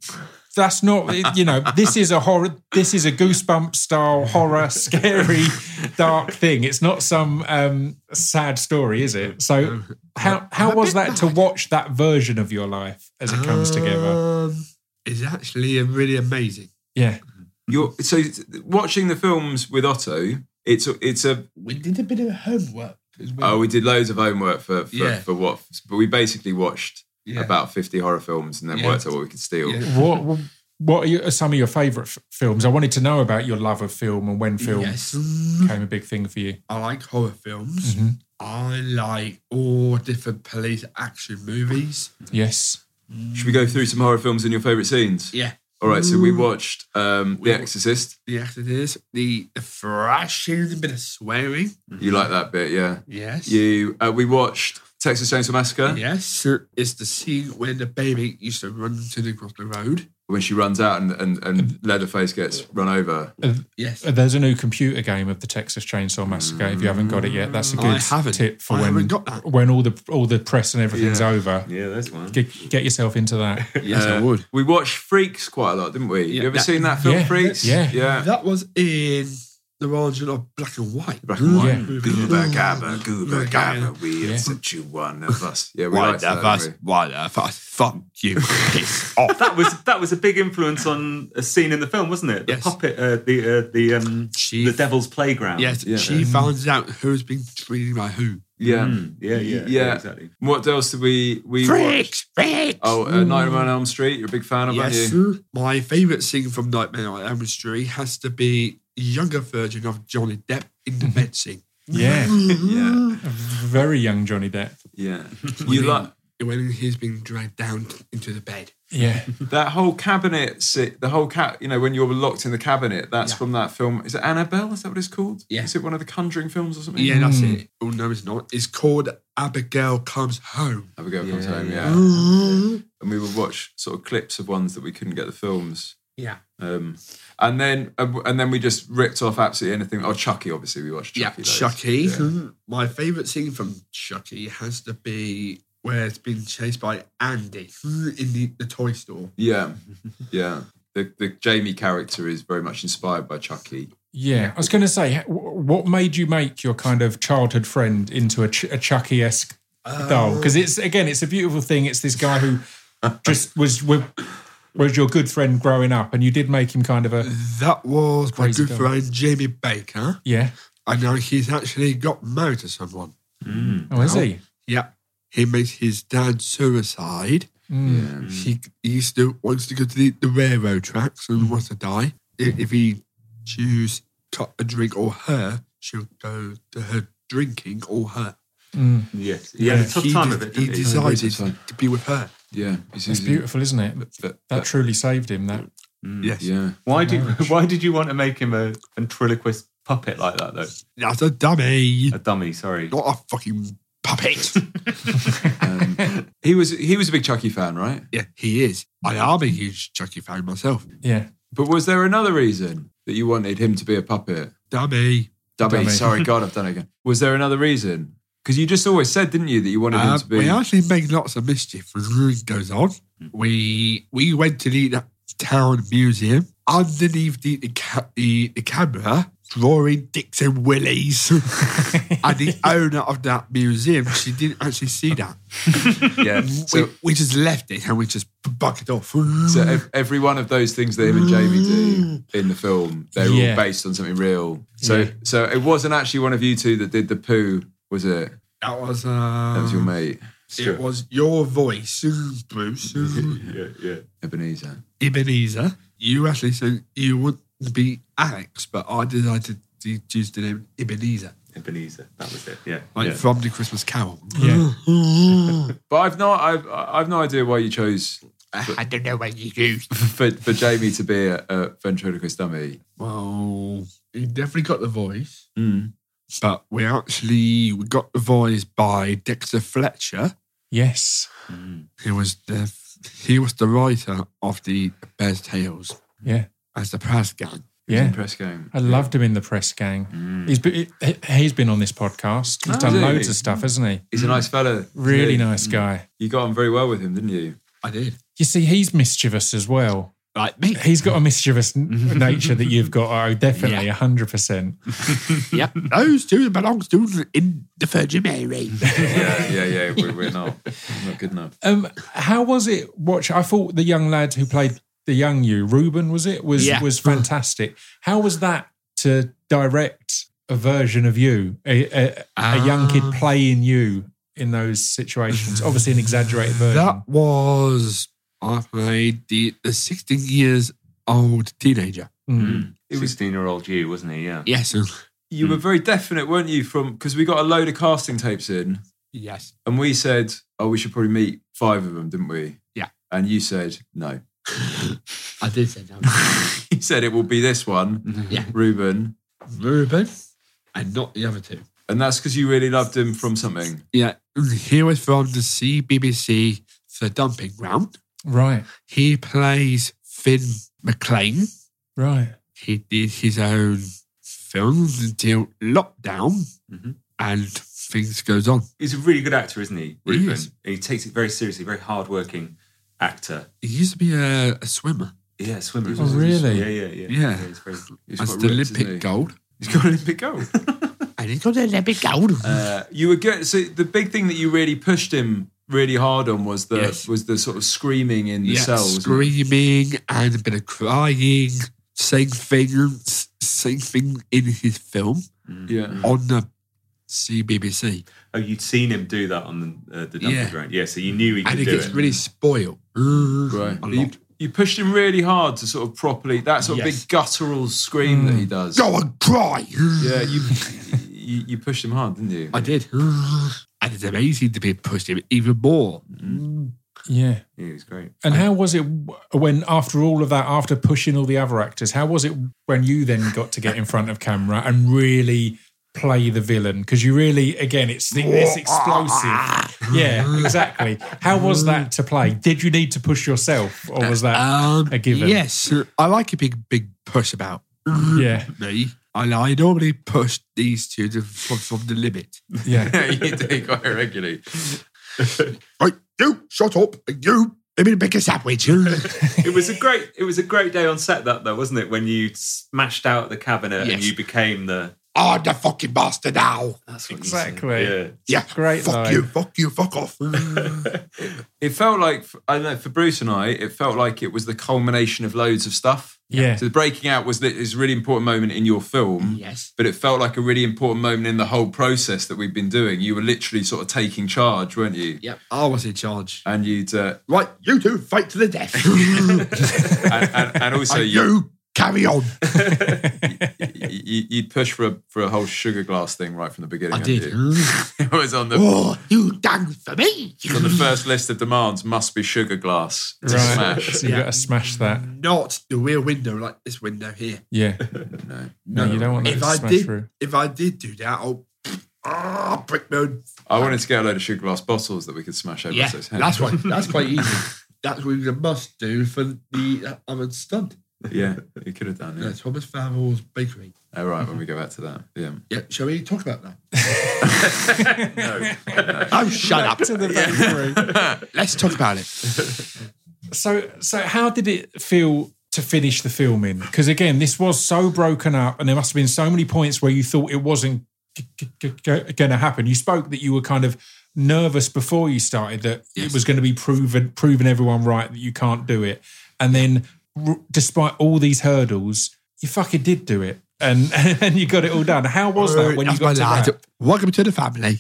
[SPEAKER 1] that's not, you know, this is a horror, this is a goosebump style horror, scary, dark thing. It's not some um, sad story, is it? So, how how was that to watch that version of your life as it comes together?
[SPEAKER 4] Um, it's actually a really amazing.
[SPEAKER 1] Yeah.
[SPEAKER 3] You're so watching the films with Otto. It's a, it's a
[SPEAKER 4] We did a bit of homework. As well.
[SPEAKER 3] oh we did loads of homework for for,
[SPEAKER 4] Yeah.
[SPEAKER 3] for what but we basically watched
[SPEAKER 4] Yeah.
[SPEAKER 3] about fifty horror films and then
[SPEAKER 4] Yeah.
[SPEAKER 3] worked out what we could steal.
[SPEAKER 4] Yeah.
[SPEAKER 1] what what are, your, are some of your favourite f- films? I wanted to know about your love of film and when film
[SPEAKER 4] Yes.
[SPEAKER 1] became a big thing for you.
[SPEAKER 4] I like horror films.
[SPEAKER 1] Mhm.
[SPEAKER 4] I like all different police action movies.
[SPEAKER 1] Yes.
[SPEAKER 3] Should we go through some horror films and your favourite scenes?
[SPEAKER 4] Yeah.
[SPEAKER 3] All right, so we watched um, The Exorcist.
[SPEAKER 4] The acting is the, the thrashing, a bit of swearing.
[SPEAKER 3] You like that bit, yeah?
[SPEAKER 4] Yes.
[SPEAKER 3] You uh, we watched Texas Chainsaw Massacre.
[SPEAKER 4] Yes, it's the scene where the baby used to run to the across the road.
[SPEAKER 3] When she runs out and, and, and Leatherface gets run over.
[SPEAKER 4] Yes,
[SPEAKER 5] There's a new computer game of the Texas Chainsaw Massacre. If you haven't got it yet, that's a good
[SPEAKER 4] Mm. I haven't.
[SPEAKER 5] tip for
[SPEAKER 4] I
[SPEAKER 5] when
[SPEAKER 4] haven't got that.
[SPEAKER 5] when all the all the press and everything's over.
[SPEAKER 6] Yeah, there's one.
[SPEAKER 5] Get, get yourself into that.
[SPEAKER 4] [laughs] yes, I
[SPEAKER 3] Uh,
[SPEAKER 4] would.
[SPEAKER 3] We watched Freaks quite a lot, didn't we? you ever
[SPEAKER 4] that-
[SPEAKER 3] seen that film,
[SPEAKER 5] yeah,
[SPEAKER 3] Freaks?
[SPEAKER 5] yeah.
[SPEAKER 3] Yeah.
[SPEAKER 4] That was in the origin of black and white. Mm-hmm.
[SPEAKER 3] Black and white.
[SPEAKER 5] Yeah.
[SPEAKER 3] Gooba gabba, gooba gabba, we
[SPEAKER 5] Yeah.
[SPEAKER 3] are such you one of us. Yeah, we
[SPEAKER 4] Why
[SPEAKER 3] liked
[SPEAKER 4] that
[SPEAKER 3] that.
[SPEAKER 4] was
[SPEAKER 3] didn't
[SPEAKER 4] why that was fuck [laughs] you piss off.
[SPEAKER 6] That was that was a big influence on a scene in the film, wasn't it? The
[SPEAKER 4] Yes.
[SPEAKER 6] puppet, uh, the uh, the um,
[SPEAKER 4] She-
[SPEAKER 6] the Devil's Playground.
[SPEAKER 4] Yes,
[SPEAKER 3] Yeah.
[SPEAKER 4] she finds out who's been treated by who.
[SPEAKER 3] we? Yeah.
[SPEAKER 6] Mm, yeah, yeah,
[SPEAKER 3] Y-
[SPEAKER 6] yeah, exactly.
[SPEAKER 3] What else did we we watch?
[SPEAKER 4] freaks.
[SPEAKER 3] Oh, uh, Nightmare on Elm Street. You're a big fan of, aren't
[SPEAKER 4] yes.
[SPEAKER 3] you?
[SPEAKER 4] My favourite scene from Nightmare on Elm Street has to be younger version of Johnny Depp in
[SPEAKER 3] Mm-hmm.
[SPEAKER 4] the bed scene. [laughs]
[SPEAKER 5] Yeah,
[SPEAKER 3] Yeah,
[SPEAKER 5] very young Johnny Depp.
[SPEAKER 3] yeah. You like
[SPEAKER 4] when he's being dragged down into the bed.
[SPEAKER 5] Yeah,
[SPEAKER 3] that whole cabinet? se- The whole cat. You know, when you're locked in the cabinet, that's
[SPEAKER 4] Yeah.
[SPEAKER 3] from that film. Is it Annabelle? Is that what it's called?
[SPEAKER 4] Yeah.
[SPEAKER 3] Is it one of the Conjuring films or something?
[SPEAKER 4] Yeah, that's it. Oh no, it's not. It's called Abigail Comes Home.
[SPEAKER 3] Have a go yeah, comes home. Yeah. And we would watch sort of clips of ones that we couldn't get the films.
[SPEAKER 4] Yeah.
[SPEAKER 3] Um, and then uh, and then we just ripped off absolutely anything. Oh, Chucky, obviously we watched.
[SPEAKER 4] Yeah,
[SPEAKER 3] Chucky loads.
[SPEAKER 4] Chucky. Mm-hmm.
[SPEAKER 3] Yeah.
[SPEAKER 4] My favourite scene from Chucky has to be where it's been chased by Andy in the, the toy store.
[SPEAKER 3] Yeah, yeah. The the Jamie character is very much inspired by Chucky.
[SPEAKER 5] yeah. I was going to say, wh- what made you make your kind of childhood friend into a, Ch- a Chucky esque
[SPEAKER 4] Oh.
[SPEAKER 5] doll? Because it's again, it's a beautiful thing. It's this
[SPEAKER 4] [laughs]
[SPEAKER 5] guy who just was was was your good friend growing up, and you did make him kind of a
[SPEAKER 4] That was
[SPEAKER 5] Crazy
[SPEAKER 4] my good
[SPEAKER 5] film.
[SPEAKER 4] friend Jamie Baker.
[SPEAKER 5] yeah.
[SPEAKER 4] I know he's actually got married to someone.
[SPEAKER 5] Oh, is he?
[SPEAKER 4] Yeah. He makes his dad suicide.
[SPEAKER 5] Mm.
[SPEAKER 6] Mm.
[SPEAKER 4] He, he used to wants to go to the, the railroad tracks and wants to die. I- If he choose cut a drink or her, she'll go to her drinking or her.
[SPEAKER 6] Yes, he had a tough
[SPEAKER 4] he
[SPEAKER 6] time
[SPEAKER 4] de-
[SPEAKER 6] of it.
[SPEAKER 4] he
[SPEAKER 6] Didn't he?
[SPEAKER 4] decided
[SPEAKER 3] Tough time.
[SPEAKER 4] to be with her.
[SPEAKER 3] Yeah,
[SPEAKER 5] It's
[SPEAKER 4] Mm-hmm.
[SPEAKER 5] beautiful, isn't it?
[SPEAKER 3] that-
[SPEAKER 5] That, truly saved him. That
[SPEAKER 6] Mm,
[SPEAKER 4] Yes.
[SPEAKER 3] Yeah,
[SPEAKER 6] Why did Why did you want to make him a ventriloquist puppet like that though?
[SPEAKER 4] That's a dummy.
[SPEAKER 6] A dummy, sorry.
[SPEAKER 4] Not a fucking
[SPEAKER 6] [laughs]
[SPEAKER 4] puppet.
[SPEAKER 3] Um, [laughs] he was he was a big Chucky fan, right?
[SPEAKER 4] yeah, he is. I am a huge Chucky fan myself.
[SPEAKER 5] yeah.
[SPEAKER 3] But was there another reason that you wanted him to be a puppet?
[SPEAKER 4] Dummy.
[SPEAKER 3] Dummy,
[SPEAKER 5] Dummy.
[SPEAKER 3] sorry, God, I've done it again. Was there another reason? Because you just always said, didn't you, that you wanted him
[SPEAKER 4] Um,
[SPEAKER 3] to be? Mm.
[SPEAKER 4] we actually make lots of mischief as it goes on. We we went to the town museum underneath the the, ca- the, the camera, drawing dicks and
[SPEAKER 3] [laughs]
[SPEAKER 4] willies. and the owner of that museum, she didn't actually see that.
[SPEAKER 3] [laughs] yeah.
[SPEAKER 4] we,
[SPEAKER 3] So,
[SPEAKER 4] we just left it and we just bugged it off.
[SPEAKER 3] so uh, ev- every one of those things that him and Jamie do in the film, they're
[SPEAKER 5] Yeah.
[SPEAKER 3] all based on something real. So,
[SPEAKER 5] Yeah.
[SPEAKER 3] so it wasn't actually one of you two that did the poo, was it?
[SPEAKER 4] that was, uh,
[SPEAKER 3] That was your mate,
[SPEAKER 4] it was your voice,
[SPEAKER 3] [laughs]
[SPEAKER 4] Bruce.
[SPEAKER 6] Yeah, yeah.
[SPEAKER 3] Ebenezer.
[SPEAKER 4] Ebenezer. You actually said you want to be Alex, but I decided to choose the name Ebenezer.
[SPEAKER 6] Ebenezer, that was it. Yeah,
[SPEAKER 4] like
[SPEAKER 6] yeah.
[SPEAKER 4] from the Christmas Carol. [laughs]
[SPEAKER 5] Yeah.
[SPEAKER 3] But I've not, I've, I've no idea why you chose [laughs]
[SPEAKER 4] I don't know what you do.
[SPEAKER 3] for, for Jamie to be a, a ventriloquist dummy.
[SPEAKER 4] Well, he definitely got the voice, but we actually we got the voice by Dexter Fletcher.
[SPEAKER 5] Yes.
[SPEAKER 4] He was the he was the writer of the Bears Tales
[SPEAKER 5] Yeah.
[SPEAKER 4] as the press gang.
[SPEAKER 5] Yeah.
[SPEAKER 3] Press game.
[SPEAKER 5] I loved him in the press gang.
[SPEAKER 4] Mm.
[SPEAKER 5] He's been he- he's been on this podcast. He's
[SPEAKER 3] Oh,
[SPEAKER 5] done
[SPEAKER 3] has he? Mm.
[SPEAKER 5] loads of stuff, hasn't he?
[SPEAKER 3] He's a nice fella.
[SPEAKER 5] Mm. Really
[SPEAKER 3] Yeah.
[SPEAKER 5] nice guy.
[SPEAKER 3] You got on very well with him, didn't you?
[SPEAKER 4] I did
[SPEAKER 5] You see, he's mischievous as well.
[SPEAKER 4] like me.
[SPEAKER 5] He's got a mischievous
[SPEAKER 3] [laughs]
[SPEAKER 5] n- nature that you've got. Oh, definitely, hundred percent.
[SPEAKER 4] yep, [laughs] those two belongs to in the Virgin Mary.
[SPEAKER 3] yeah, yeah, yeah. We're, we're not, not good
[SPEAKER 5] [laughs]
[SPEAKER 3] enough.
[SPEAKER 5] Um, how was it? Watch. I thought the young lad who played the young you, Ruben, was it? Was
[SPEAKER 4] Yeah.
[SPEAKER 5] was fantastic. How was that to direct a version of you, a, a, [laughs] a young
[SPEAKER 4] Ah.
[SPEAKER 5] kid playing you in those
[SPEAKER 4] [laughs]
[SPEAKER 5] situations? Obviously, an exaggerated version.
[SPEAKER 4] That was I played the the sixteen years old teenager.
[SPEAKER 6] Hmm.
[SPEAKER 5] Mm.
[SPEAKER 3] It was-
[SPEAKER 6] sixteen-year-old you, wasn't he? Yeah.
[SPEAKER 4] Yes,
[SPEAKER 3] You were very definite, weren't you? From because we got a load of casting tapes in,
[SPEAKER 4] yes.
[SPEAKER 3] and we said, "Oh, we should probably meet five of them," didn't we?
[SPEAKER 4] Yeah.
[SPEAKER 3] And you said no. [laughs]
[SPEAKER 4] I did say no.
[SPEAKER 3] You said it will be this one,
[SPEAKER 4] [laughs] Yeah.
[SPEAKER 3] Ruben,
[SPEAKER 4] Ruben and not the other two.
[SPEAKER 3] and And that's because you really loved him from something.
[SPEAKER 4] Yeah. He was from the CBBC, The Dumping Ground.
[SPEAKER 5] Right,
[SPEAKER 4] He plays Finn McLean.
[SPEAKER 5] right.
[SPEAKER 4] He did his own films until lockdown
[SPEAKER 6] Mhm.
[SPEAKER 4] and things goes on.
[SPEAKER 6] He's a really good actor, isn't he, Ruben?
[SPEAKER 4] is.
[SPEAKER 6] He takes it very seriously, very hardworking actor.
[SPEAKER 4] He used to be a, a swimmer.
[SPEAKER 6] Yeah, swimmer. as
[SPEAKER 5] Oh,
[SPEAKER 6] well.
[SPEAKER 5] really?
[SPEAKER 6] Yeah, yeah, yeah.
[SPEAKER 4] Yeah.
[SPEAKER 6] he's very-
[SPEAKER 3] He's
[SPEAKER 4] That's
[SPEAKER 3] quite
[SPEAKER 4] the
[SPEAKER 3] ripped, isn't
[SPEAKER 4] Olympic
[SPEAKER 3] he?
[SPEAKER 4] gold.
[SPEAKER 3] He's got Olympic
[SPEAKER 4] [laughs]
[SPEAKER 3] gold.
[SPEAKER 4] And he got an Olympic gold.
[SPEAKER 3] Uh, you were good. So the big thing that you really pushed him really hard on was the
[SPEAKER 4] Yes.
[SPEAKER 3] was the sort of screaming in the
[SPEAKER 4] yeah,
[SPEAKER 3] cell. wasn't it?
[SPEAKER 4] screaming and a bit of crying, saying things, saying things in his film
[SPEAKER 3] Yeah.
[SPEAKER 4] on the CBBC.
[SPEAKER 6] Oh, you'd seen him do that on the, uh, the dumping
[SPEAKER 4] Yeah.
[SPEAKER 6] ground. Yeah, so you knew he could
[SPEAKER 4] And it
[SPEAKER 6] do
[SPEAKER 4] gets
[SPEAKER 6] it.
[SPEAKER 4] [laughs] really spoiled. Right.
[SPEAKER 3] Right. You, you pushed him really hard to sort of properly that sort of
[SPEAKER 4] Yes.
[SPEAKER 3] big guttural scream that
[SPEAKER 5] Mm.
[SPEAKER 3] he does.
[SPEAKER 4] Go and cry.
[SPEAKER 3] Yeah, you, [laughs] you you pushed him hard, didn't you?
[SPEAKER 4] I did. And it's amazing to be pushed him even more.
[SPEAKER 5] Yeah.
[SPEAKER 6] Yeah, he was great.
[SPEAKER 5] And how was it w- when, after all of that, after pushing all the other actors, how was it when you then got to get in front of camera and really play the villain? Because you really, again, it's the, it's explosive. Yeah, exactly. How was that to play? Uh, Did you need to push yourself, or was that
[SPEAKER 4] Um,
[SPEAKER 5] a given?
[SPEAKER 4] Yes. I like a big, big push about
[SPEAKER 5] yeah,
[SPEAKER 4] me. And I normally push these two to, from, from the limit.
[SPEAKER 5] [laughs] yeah,
[SPEAKER 3] Yeah, you did quite regularly.
[SPEAKER 4] Right, you shut up. You let me make a sandwich. [laughs]
[SPEAKER 6] It was a great. It was a great day on set, that though, wasn't it? When you smashed out the cabinet and
[SPEAKER 4] Yes.
[SPEAKER 6] you became the.
[SPEAKER 4] I'm the fucking master now.
[SPEAKER 6] That's
[SPEAKER 5] exactly.
[SPEAKER 6] Yeah.
[SPEAKER 4] Yeah.
[SPEAKER 5] Great
[SPEAKER 4] Fuck
[SPEAKER 5] line.
[SPEAKER 4] you. Fuck you. Fuck off. yeah.
[SPEAKER 3] It felt like I don't know for Bruce and I, it felt like it was the culmination of loads of stuff.
[SPEAKER 5] Yeah.
[SPEAKER 3] So the breaking out was that is a really important moment in your film.
[SPEAKER 4] Yes.
[SPEAKER 3] But it felt like a really important moment in the whole process that we've been doing. You were literally sort of taking charge, weren't you?
[SPEAKER 4] [laughs] I was in charge.
[SPEAKER 3] And you'd uh,
[SPEAKER 4] Right, you two fight to the death.
[SPEAKER 3] and, and, and also
[SPEAKER 4] And
[SPEAKER 3] you,
[SPEAKER 4] you carry on.
[SPEAKER 3] you you'd push for a for a whole sugar glass thing right from the beginning.
[SPEAKER 4] I
[SPEAKER 3] hadn't you?
[SPEAKER 4] did.
[SPEAKER 3] [laughs]
[SPEAKER 5] Mm.
[SPEAKER 3] it was on the
[SPEAKER 4] oh, you done for me.
[SPEAKER 3] on [laughs] the first list of demands must be sugar glass to
[SPEAKER 5] Right.
[SPEAKER 4] [laughs]
[SPEAKER 3] smash.
[SPEAKER 5] So you got to smash that.
[SPEAKER 4] Not the rear window like this window here.
[SPEAKER 5] Yeah.
[SPEAKER 3] No.
[SPEAKER 5] No, you don't want that
[SPEAKER 4] If
[SPEAKER 5] to
[SPEAKER 4] I
[SPEAKER 5] smash
[SPEAKER 4] did,
[SPEAKER 5] through.
[SPEAKER 4] if I did do that, I'll ah brick moon.
[SPEAKER 3] I wanted to get a load of sugar glass bottles that we could smash over
[SPEAKER 4] Yeah,
[SPEAKER 3] so's head.
[SPEAKER 4] that's why. [laughs] That's quite easy. That's what you must do for the I'm a stunt.
[SPEAKER 3] [laughs] Yeah, you could have done it.
[SPEAKER 4] Yeah, Thomas Favreau's bakery.
[SPEAKER 3] All Oh, right, when we go back to that. Yeah.
[SPEAKER 4] Yeah, shall we talk about that?
[SPEAKER 3] No.
[SPEAKER 4] [laughs] Oh, shut up.
[SPEAKER 5] To the bakery.
[SPEAKER 4] Let's talk about it.
[SPEAKER 5] So, so how did it feel to finish the filming? Because again, this was so broken up, and there must have been so many points where you thought it wasn't going to happen. You spoke that you were kind of nervous before you started that it
[SPEAKER 4] Yes.
[SPEAKER 5] was going to be proven, proving everyone right that you can't do it, and then r- despite all these hurdles, you fucking did do it, and [laughs] and you got it all done. How was that when you
[SPEAKER 4] That's my
[SPEAKER 5] got to
[SPEAKER 4] lad.
[SPEAKER 5] that?
[SPEAKER 4] Welcome to the [laughs] family.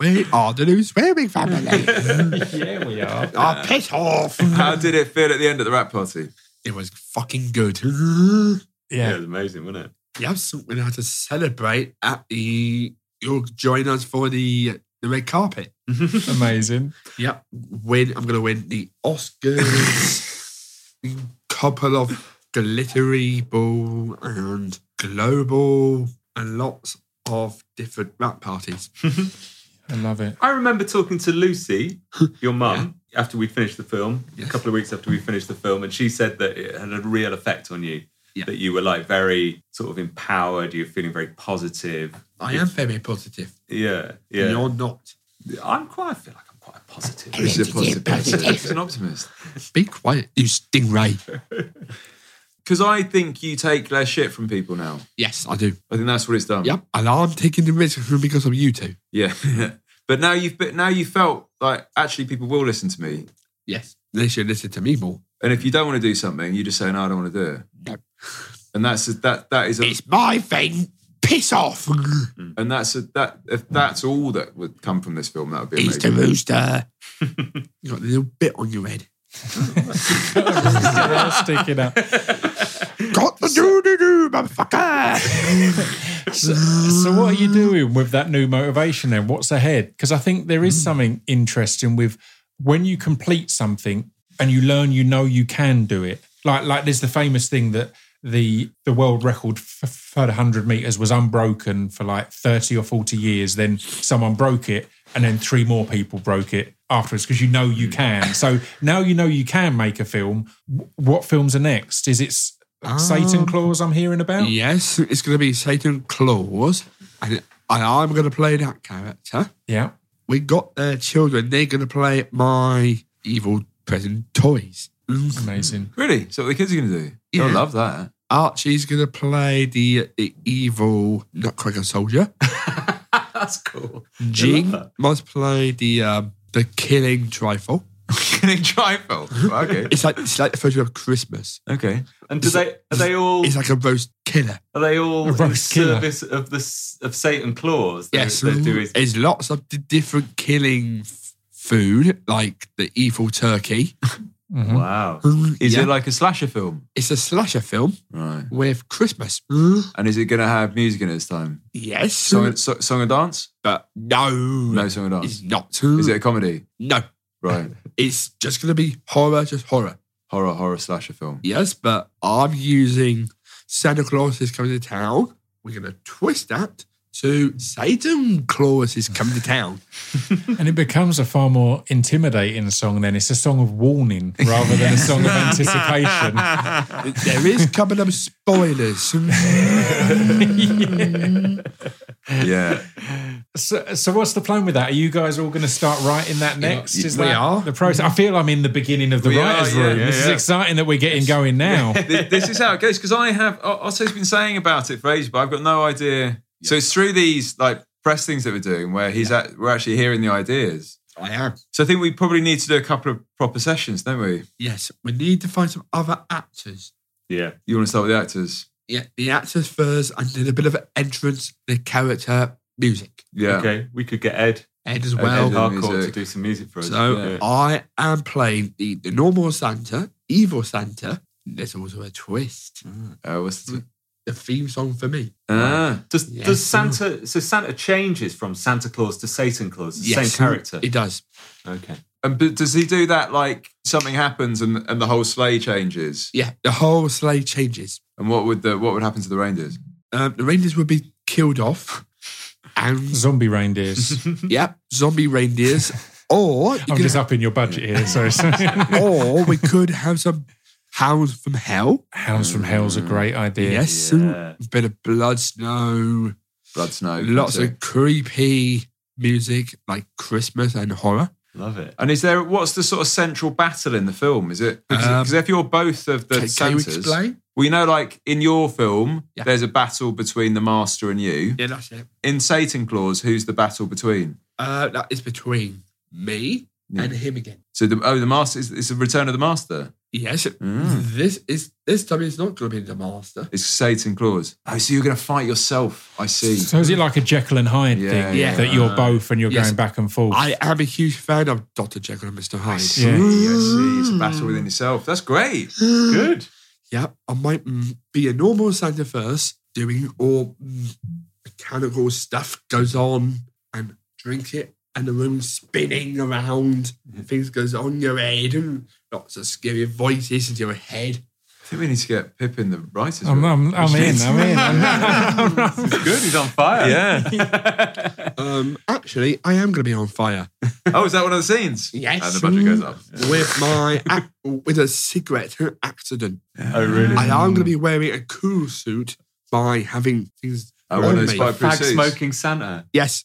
[SPEAKER 4] we are the new swimming family.
[SPEAKER 5] [laughs] Yeah, we are.
[SPEAKER 4] oh, piss off.
[SPEAKER 3] How did it feel at the end of the rap party?
[SPEAKER 4] It was fucking good. [laughs]
[SPEAKER 6] Yeah, it
[SPEAKER 5] Yeah,
[SPEAKER 6] was amazing, wasn't it?
[SPEAKER 4] You have something how to celebrate at the. You'll join us for the the red carpet.
[SPEAKER 5] amazing.
[SPEAKER 4] Yep. Win. I'm gonna win the Oscars. couple of glittery ball and global and lots of different rap parties.
[SPEAKER 5] I love it.
[SPEAKER 6] I remember talking to Lucy, your mum, after we finished the film, a couple of weeks after we finished the film, and she said that it had a real effect on you.
[SPEAKER 4] Yeah.
[SPEAKER 6] That you were like very sort of empowered. You're feeling very positive.
[SPEAKER 4] I am very positive.
[SPEAKER 6] Yeah, yeah.
[SPEAKER 4] You're not.
[SPEAKER 6] I'm quite. I feel like I'm quite a positive. [laughs]
[SPEAKER 3] This is a positive. He's an optimist.
[SPEAKER 4] [laughs] Be quiet, you stingray.
[SPEAKER 3] Because I think you take less shit from people now.
[SPEAKER 4] Yes, I do.
[SPEAKER 3] I think that's what it's done.
[SPEAKER 4] Yep. And I'm taking the risk because of you two.
[SPEAKER 3] Yeah. [laughs] but now you've but now you felt like actually people will listen to me.
[SPEAKER 4] Yes. They should listen to me more.
[SPEAKER 3] And if you don't want to do something, you just say no, I don't want to do it.
[SPEAKER 4] No.
[SPEAKER 3] And that's a, that that is a,
[SPEAKER 4] It's my thing. Piss off.
[SPEAKER 3] and that's a, that if that's all that would come from this film, that would be
[SPEAKER 4] He's
[SPEAKER 3] amazing.
[SPEAKER 4] the rooster. you got a little bit on your head.
[SPEAKER 5] They're all sticking up.
[SPEAKER 4] Got the doo doo doo, motherfucker.
[SPEAKER 5] So, so what are you doing with that new motivation then? What's ahead? Because I think there is something interesting with when you complete something and you learn you know you can do it. Like like there's the famous thing that the the world record for, for 100 meters was unbroken for like 30 or 40 years then someone broke it and then three more people broke it afterwards because you know you can so now you know you can make a film W- what films are next is it S- satan claws i'm hearing about
[SPEAKER 4] Yes, it's going to be Satan Claus, and, and I'm going to play that character.
[SPEAKER 5] yeah
[SPEAKER 4] We got their children. They're going to play my evil present toys.
[SPEAKER 5] amazing
[SPEAKER 3] Really? So what the kids are going to do? They'll
[SPEAKER 4] Yeah.
[SPEAKER 3] love that. [laughs]
[SPEAKER 4] Archie's going to play the, the evil Nutcracker soldier.
[SPEAKER 6] That's cool.
[SPEAKER 4] Jean must play the um, the killing trifle.
[SPEAKER 3] Killing trifle. Okay.
[SPEAKER 4] It's like it's like the photo of Christmas.
[SPEAKER 3] okay.
[SPEAKER 6] And do they are they all
[SPEAKER 4] It's like a roast killer.
[SPEAKER 6] are they all
[SPEAKER 5] A
[SPEAKER 6] in
[SPEAKER 5] roast killer.
[SPEAKER 6] service of the s- of Satan claws? They-
[SPEAKER 4] Yes,
[SPEAKER 6] they do his-
[SPEAKER 4] there's lots of di- different killing f- food, like the evil
[SPEAKER 3] [laughs]
[SPEAKER 4] turkey. Mm-hmm.
[SPEAKER 6] wow.
[SPEAKER 3] Is
[SPEAKER 4] Yeah.
[SPEAKER 3] it like a slasher film?
[SPEAKER 4] It's a slasher film
[SPEAKER 3] Right.
[SPEAKER 4] with Christmas.
[SPEAKER 3] And is it going to have music in it this time?
[SPEAKER 4] Yes,
[SPEAKER 3] Song, so, song and dance?
[SPEAKER 4] but no,
[SPEAKER 3] No song and
[SPEAKER 4] it's
[SPEAKER 3] dance.
[SPEAKER 4] not.
[SPEAKER 3] Is it a comedy?
[SPEAKER 4] No,
[SPEAKER 3] [laughs] Right.
[SPEAKER 4] it's just going to be horror, just horror.
[SPEAKER 3] Horror, horror slasher film.
[SPEAKER 4] Yes, but I'm using Santa Claus is coming to town. We're going to twist that to Satan Claus is coming to town.
[SPEAKER 5] and it becomes a far more intimidating song then it's a song of warning rather than a song of anticipation
[SPEAKER 4] there is a couple of [laughs] spoilers.
[SPEAKER 3] Yeah.
[SPEAKER 5] So, so what's the plan with that? Are you guys all going to start writing that next? Is
[SPEAKER 4] we
[SPEAKER 5] that
[SPEAKER 4] are.
[SPEAKER 5] the process? I feel I'm in the beginning of the
[SPEAKER 3] We are,
[SPEAKER 5] writers'
[SPEAKER 3] yeah,
[SPEAKER 5] room.
[SPEAKER 3] yeah,
[SPEAKER 5] this is
[SPEAKER 3] yeah.
[SPEAKER 5] exciting that we're getting
[SPEAKER 3] [laughs]
[SPEAKER 5] going
[SPEAKER 3] [laughs]
[SPEAKER 5] now.
[SPEAKER 3] Th- this is how it goes because I have O- Otto's been saying about it for ages, but I've got no idea. So it's through these like press things that we're doing where he's at, we're actually hearing the ideas.
[SPEAKER 4] I am.
[SPEAKER 3] So I think we probably need to do a couple of proper sessions, don't we?
[SPEAKER 4] Yes, we need to find some other actors.
[SPEAKER 6] Yeah.
[SPEAKER 3] You want to start with the actors?
[SPEAKER 4] Yeah, the actors first, and then a bit of entrance, the character, music,
[SPEAKER 3] Yeah.
[SPEAKER 6] Okay. We could get Ed
[SPEAKER 4] Ed as
[SPEAKER 3] Ed
[SPEAKER 4] well.
[SPEAKER 3] and the
[SPEAKER 6] Hardcore to
[SPEAKER 3] music.
[SPEAKER 6] do some music for us.
[SPEAKER 4] So
[SPEAKER 6] Yeah.
[SPEAKER 4] I am playing the, the normal Santa, evil Santa. There's also a twist.
[SPEAKER 3] Uh, what's the
[SPEAKER 4] The theme song for me.
[SPEAKER 3] ah,
[SPEAKER 6] Does
[SPEAKER 4] Yes.
[SPEAKER 6] does Santa so Santa changes from Santa Claus to Satan Claus, the
[SPEAKER 4] Yes.
[SPEAKER 6] same character?
[SPEAKER 4] It does.
[SPEAKER 6] Okay.
[SPEAKER 3] and but does he do that like something happens and, and the whole sleigh changes?
[SPEAKER 4] Yeah, the whole sleigh changes.
[SPEAKER 3] And what would the what would happen to the reindeers?
[SPEAKER 4] Um, the reindeers would be killed
[SPEAKER 6] [laughs]
[SPEAKER 4] off, and
[SPEAKER 5] Zombie
[SPEAKER 3] [laughs]
[SPEAKER 5] reindeers.
[SPEAKER 4] yeah, zombie reindeers. Or you
[SPEAKER 5] I'm
[SPEAKER 4] could-
[SPEAKER 5] just up in your budget here. Sorry.
[SPEAKER 3] [laughs]
[SPEAKER 4] [laughs] or we could have some hounds from hell.
[SPEAKER 5] Hounds from Hell's a great idea.
[SPEAKER 4] Yes,
[SPEAKER 6] Yeah.
[SPEAKER 4] bit of blood snow,
[SPEAKER 3] Blood snow.
[SPEAKER 4] lots
[SPEAKER 3] that's it.
[SPEAKER 4] of creepy music like Christmas and horror.
[SPEAKER 6] Love it.
[SPEAKER 3] And is there what's the sort of central battle in the film? Is it
[SPEAKER 4] Um,
[SPEAKER 3] because if you're both of the
[SPEAKER 4] Can, can you
[SPEAKER 3] Santas,
[SPEAKER 4] explain?
[SPEAKER 3] well, you know, like in your film,
[SPEAKER 4] Yeah.
[SPEAKER 3] there's a battle between the master and you.
[SPEAKER 4] Yeah, that's it.
[SPEAKER 3] In Satan Claus, who's the battle between?
[SPEAKER 4] Uh, that is between me and him again.
[SPEAKER 3] So the oh, the master is it's the return of the master.
[SPEAKER 4] Yes, this is this time it's not going to be the master.
[SPEAKER 3] It's Satan Claus. Oh, so you're going to fight yourself? I see.
[SPEAKER 5] So is it like a Jekyll and Hyde
[SPEAKER 3] Yeah,
[SPEAKER 5] thing
[SPEAKER 4] yeah.
[SPEAKER 5] that you're both and you're
[SPEAKER 4] Yes.
[SPEAKER 5] going back and forth?
[SPEAKER 4] I am a huge fan of Doctor Jekyll and Mister Hyde.
[SPEAKER 3] See, [laughs] I see. It's a battle within yourself. That's great.
[SPEAKER 6] Good.
[SPEAKER 4] Yeah, I might mm, be a normal Santa first, doing all mm, mechanical stuff goes on and drink it, and the room spinning around, and things goes on your head, and lots of scary voices in your head.
[SPEAKER 3] I think we need to get Pip in the writers.
[SPEAKER 5] I'm,
[SPEAKER 3] room.
[SPEAKER 5] I'm, I'm in. I'm in.
[SPEAKER 3] [laughs]
[SPEAKER 5] I'm in.
[SPEAKER 6] Good. He's on fire.
[SPEAKER 3] yeah.
[SPEAKER 4] Um, actually, I am going to be on fire
[SPEAKER 3] oh, is that one of the scenes? And
[SPEAKER 4] Yes.
[SPEAKER 3] the budget goes up.
[SPEAKER 4] with my ac- with a cigarette accident.
[SPEAKER 6] Oh,
[SPEAKER 4] [laughs]
[SPEAKER 6] really?
[SPEAKER 4] I am going to be wearing a cool suit by having things.
[SPEAKER 3] Oh, one of
[SPEAKER 4] on
[SPEAKER 3] those
[SPEAKER 4] me.
[SPEAKER 3] fireproof
[SPEAKER 6] Fag
[SPEAKER 3] suits.
[SPEAKER 6] smoking Santa.
[SPEAKER 3] [laughs]
[SPEAKER 4] Yes,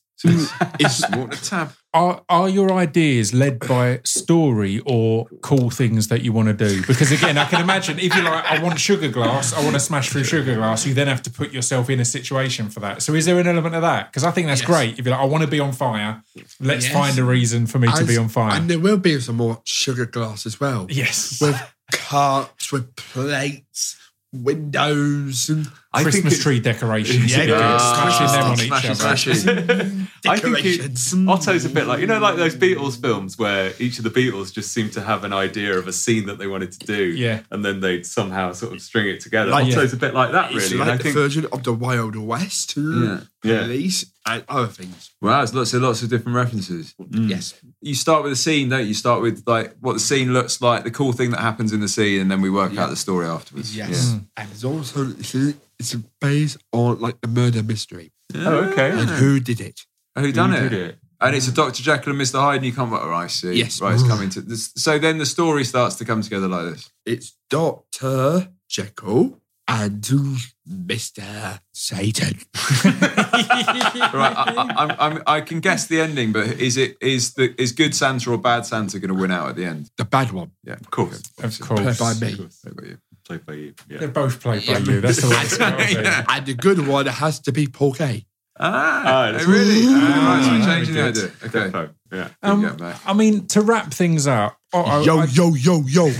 [SPEAKER 3] It's more than a tab.
[SPEAKER 5] are are your ideas led by story or cool things that you want to do? Because again, I can imagine if you're like, I want sugar glass, I want to smash through sugar glass, you then have to put yourself in a situation for that. So is there an element of that? Because I think that's great. If you're like, I want to be on fire, let's
[SPEAKER 4] Yes.
[SPEAKER 5] find a reason for me to be on fire.
[SPEAKER 4] and there will be some more sugar glass as well. [laughs]
[SPEAKER 5] yes.
[SPEAKER 4] with carts, with plates, windows, and
[SPEAKER 6] I think
[SPEAKER 5] Christmas
[SPEAKER 6] it- [laughs]
[SPEAKER 5] tree decorations.
[SPEAKER 4] Yeah.
[SPEAKER 5] Yeah, smashing them on each
[SPEAKER 3] Smashing,
[SPEAKER 5] other.
[SPEAKER 3] smashing.
[SPEAKER 5] [laughs]
[SPEAKER 6] I think
[SPEAKER 4] Decorations.
[SPEAKER 6] it, Otto's a bit like you know, like those Beatles films where each of the Beatles just seemed to have an idea of a scene that they wanted to do,
[SPEAKER 5] Yeah.
[SPEAKER 6] and then they'd somehow sort of string it together.
[SPEAKER 4] Like,
[SPEAKER 6] Otto's a bit like that,
[SPEAKER 4] It's
[SPEAKER 6] really. and I
[SPEAKER 4] like the
[SPEAKER 6] think
[SPEAKER 4] version of the Wild West. Mm.
[SPEAKER 6] Yeah.
[SPEAKER 4] Police and other things.
[SPEAKER 3] Wow, it's lots and lots of different references.
[SPEAKER 6] Mm.
[SPEAKER 4] Yes.
[SPEAKER 3] You start with a scene, don't you? You start with like what the scene looks like, the cool thing that happens in the scene, and then we work out the story afterwards.
[SPEAKER 4] Yes.
[SPEAKER 5] Mm.
[SPEAKER 4] And it's also it's, it's based on like the murder mystery
[SPEAKER 6] oh, okay,
[SPEAKER 4] and who did it.
[SPEAKER 3] Yeah. Who done
[SPEAKER 6] Who
[SPEAKER 3] it?
[SPEAKER 6] did it?
[SPEAKER 3] And it's a Dr. Jekyll and Mr. Hyde, and you can't write, oh, I see.
[SPEAKER 4] Yes.
[SPEAKER 3] Right, it's coming to this. So then the story starts to come together like this.
[SPEAKER 4] It's Doctor Jekyll and Mister Satan.
[SPEAKER 3] Right, I, I, I'm, I'm, I can guess the ending, but is it is the is good Santa or bad Santa going to win out at the end?
[SPEAKER 4] The bad one
[SPEAKER 3] Yeah, of
[SPEAKER 6] course.
[SPEAKER 5] Of
[SPEAKER 4] played
[SPEAKER 5] course.
[SPEAKER 4] by me.
[SPEAKER 3] Over you.
[SPEAKER 6] played by you. Yeah.
[SPEAKER 5] They're both played by you. That's the way it's gotta be.
[SPEAKER 4] [laughs] And the good one has to be Paul Gay.
[SPEAKER 3] Ah,
[SPEAKER 6] that's-
[SPEAKER 3] really? Ah, right, so
[SPEAKER 5] Ooh.
[SPEAKER 3] we're changing the idea. Okay.
[SPEAKER 6] Defo, yeah.
[SPEAKER 3] Keep
[SPEAKER 5] Um,
[SPEAKER 3] going back.
[SPEAKER 5] I mean, to wrap things up, Otto,
[SPEAKER 4] Yo,
[SPEAKER 5] Oh, I,
[SPEAKER 4] yo, yo, yo.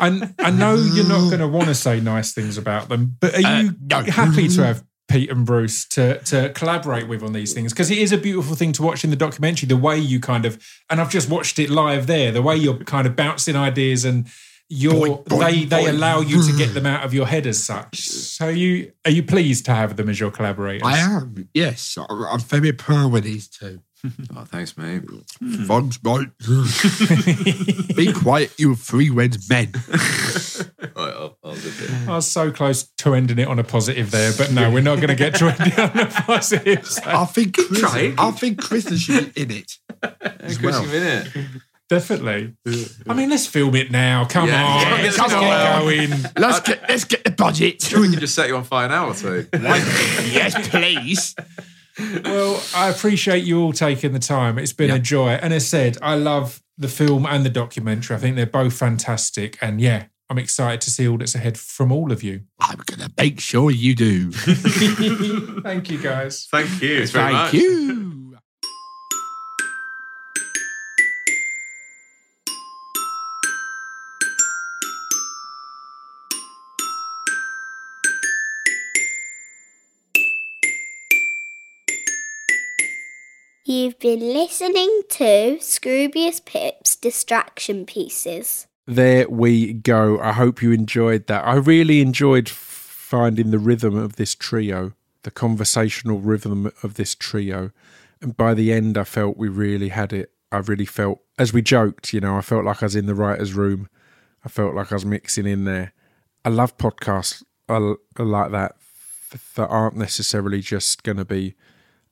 [SPEAKER 5] I, I know you're not going to want to say nice things about them, but are you
[SPEAKER 4] Uh, no.
[SPEAKER 5] happy to have Pete and Bruce to, to collaborate with on these things? Because it is a beautiful thing to watch in the documentary, the way you kind of, and I've just watched it live there, the way you're kind of bouncing ideas and you're,
[SPEAKER 4] Boing, boing,
[SPEAKER 5] they, they
[SPEAKER 4] boing.
[SPEAKER 5] allow you to get them out of your head as such. So you are you pleased to have them as your collaborators?
[SPEAKER 4] I am. Yes, I- I'm very proud of these two.
[SPEAKER 3] Oh, thanks, mate.
[SPEAKER 4] Fun's right. be quiet, you three-wed men.
[SPEAKER 3] All right, I'll, I'll zip it.
[SPEAKER 5] I was so close to ending it on a positive there, but no, we're not going to get to [laughs] end it on a positive. So
[SPEAKER 4] I think Chris,
[SPEAKER 6] trying.
[SPEAKER 4] I think Chris should be in it.
[SPEAKER 3] As
[SPEAKER 4] well.
[SPEAKER 5] definitely. I mean, let's film it now. Come
[SPEAKER 3] Yeah.
[SPEAKER 5] on,
[SPEAKER 3] Yeah,
[SPEAKER 5] let's
[SPEAKER 3] come
[SPEAKER 5] get
[SPEAKER 3] on.
[SPEAKER 5] going.
[SPEAKER 4] Let's get let's get the budget.
[SPEAKER 3] We can just set you on fire now or two.
[SPEAKER 4] yes, please.
[SPEAKER 5] Well, I appreciate you all taking the time. It's been a joy. And as said, I love the film and the documentary. I think they're both fantastic. And yeah, I'm excited to see all that's ahead from all of you.
[SPEAKER 4] I'm gonna make sure you do.
[SPEAKER 5] [laughs] Thank you, guys.
[SPEAKER 6] Thank you. very
[SPEAKER 4] Thank
[SPEAKER 6] much.
[SPEAKER 4] you.
[SPEAKER 7] You've been listening to Scroobius Pip's Distraction Pieces.
[SPEAKER 1] there we go. I hope you enjoyed that. I really enjoyed f- finding the rhythm of this trio, the conversational rhythm of this trio. And by the end, I felt we really had it. I really felt, as we joked, you know, I felt like I was in the writer's room. I felt like I was mixing in there. I love podcasts I, I like that that aren't necessarily just going to be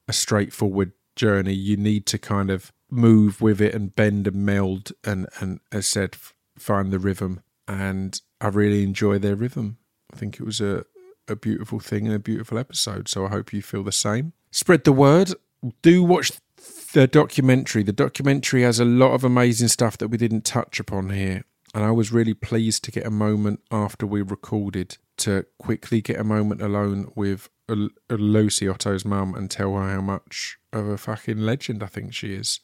[SPEAKER 1] a straightforward journey. You need to kind of move with it and bend and meld and, and as said, f- find the rhythm. And I really enjoy their rhythm. I think it was a, a beautiful thing and a beautiful episode. So I hope you feel the same. Spread the word. Do watch the documentary. The documentary has a lot of amazing stuff that we didn't touch upon here. And I was really pleased to get a moment after we recorded to quickly get a moment alone with L- Lucy Otto's mum and tell her how much of a fucking legend I think she is.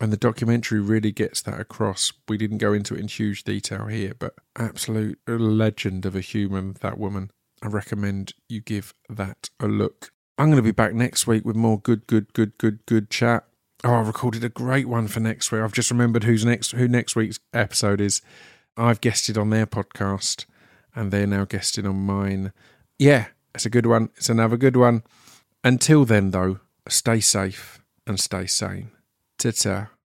[SPEAKER 1] And the documentary really gets that across. We didn't go into it in huge detail here, but absolute legend of a human, that woman. I recommend you give that a look. I'm going to be back next week with more good, good, good, good, good chat. Oh, I recorded a great one for next week. I've just remembered who's next, who next week's episode is. I've guested on their podcast, and they're now guesting on mine. Yeah, it's a good one. It's another good one. Until then, though, stay safe and stay sane. Ta ta.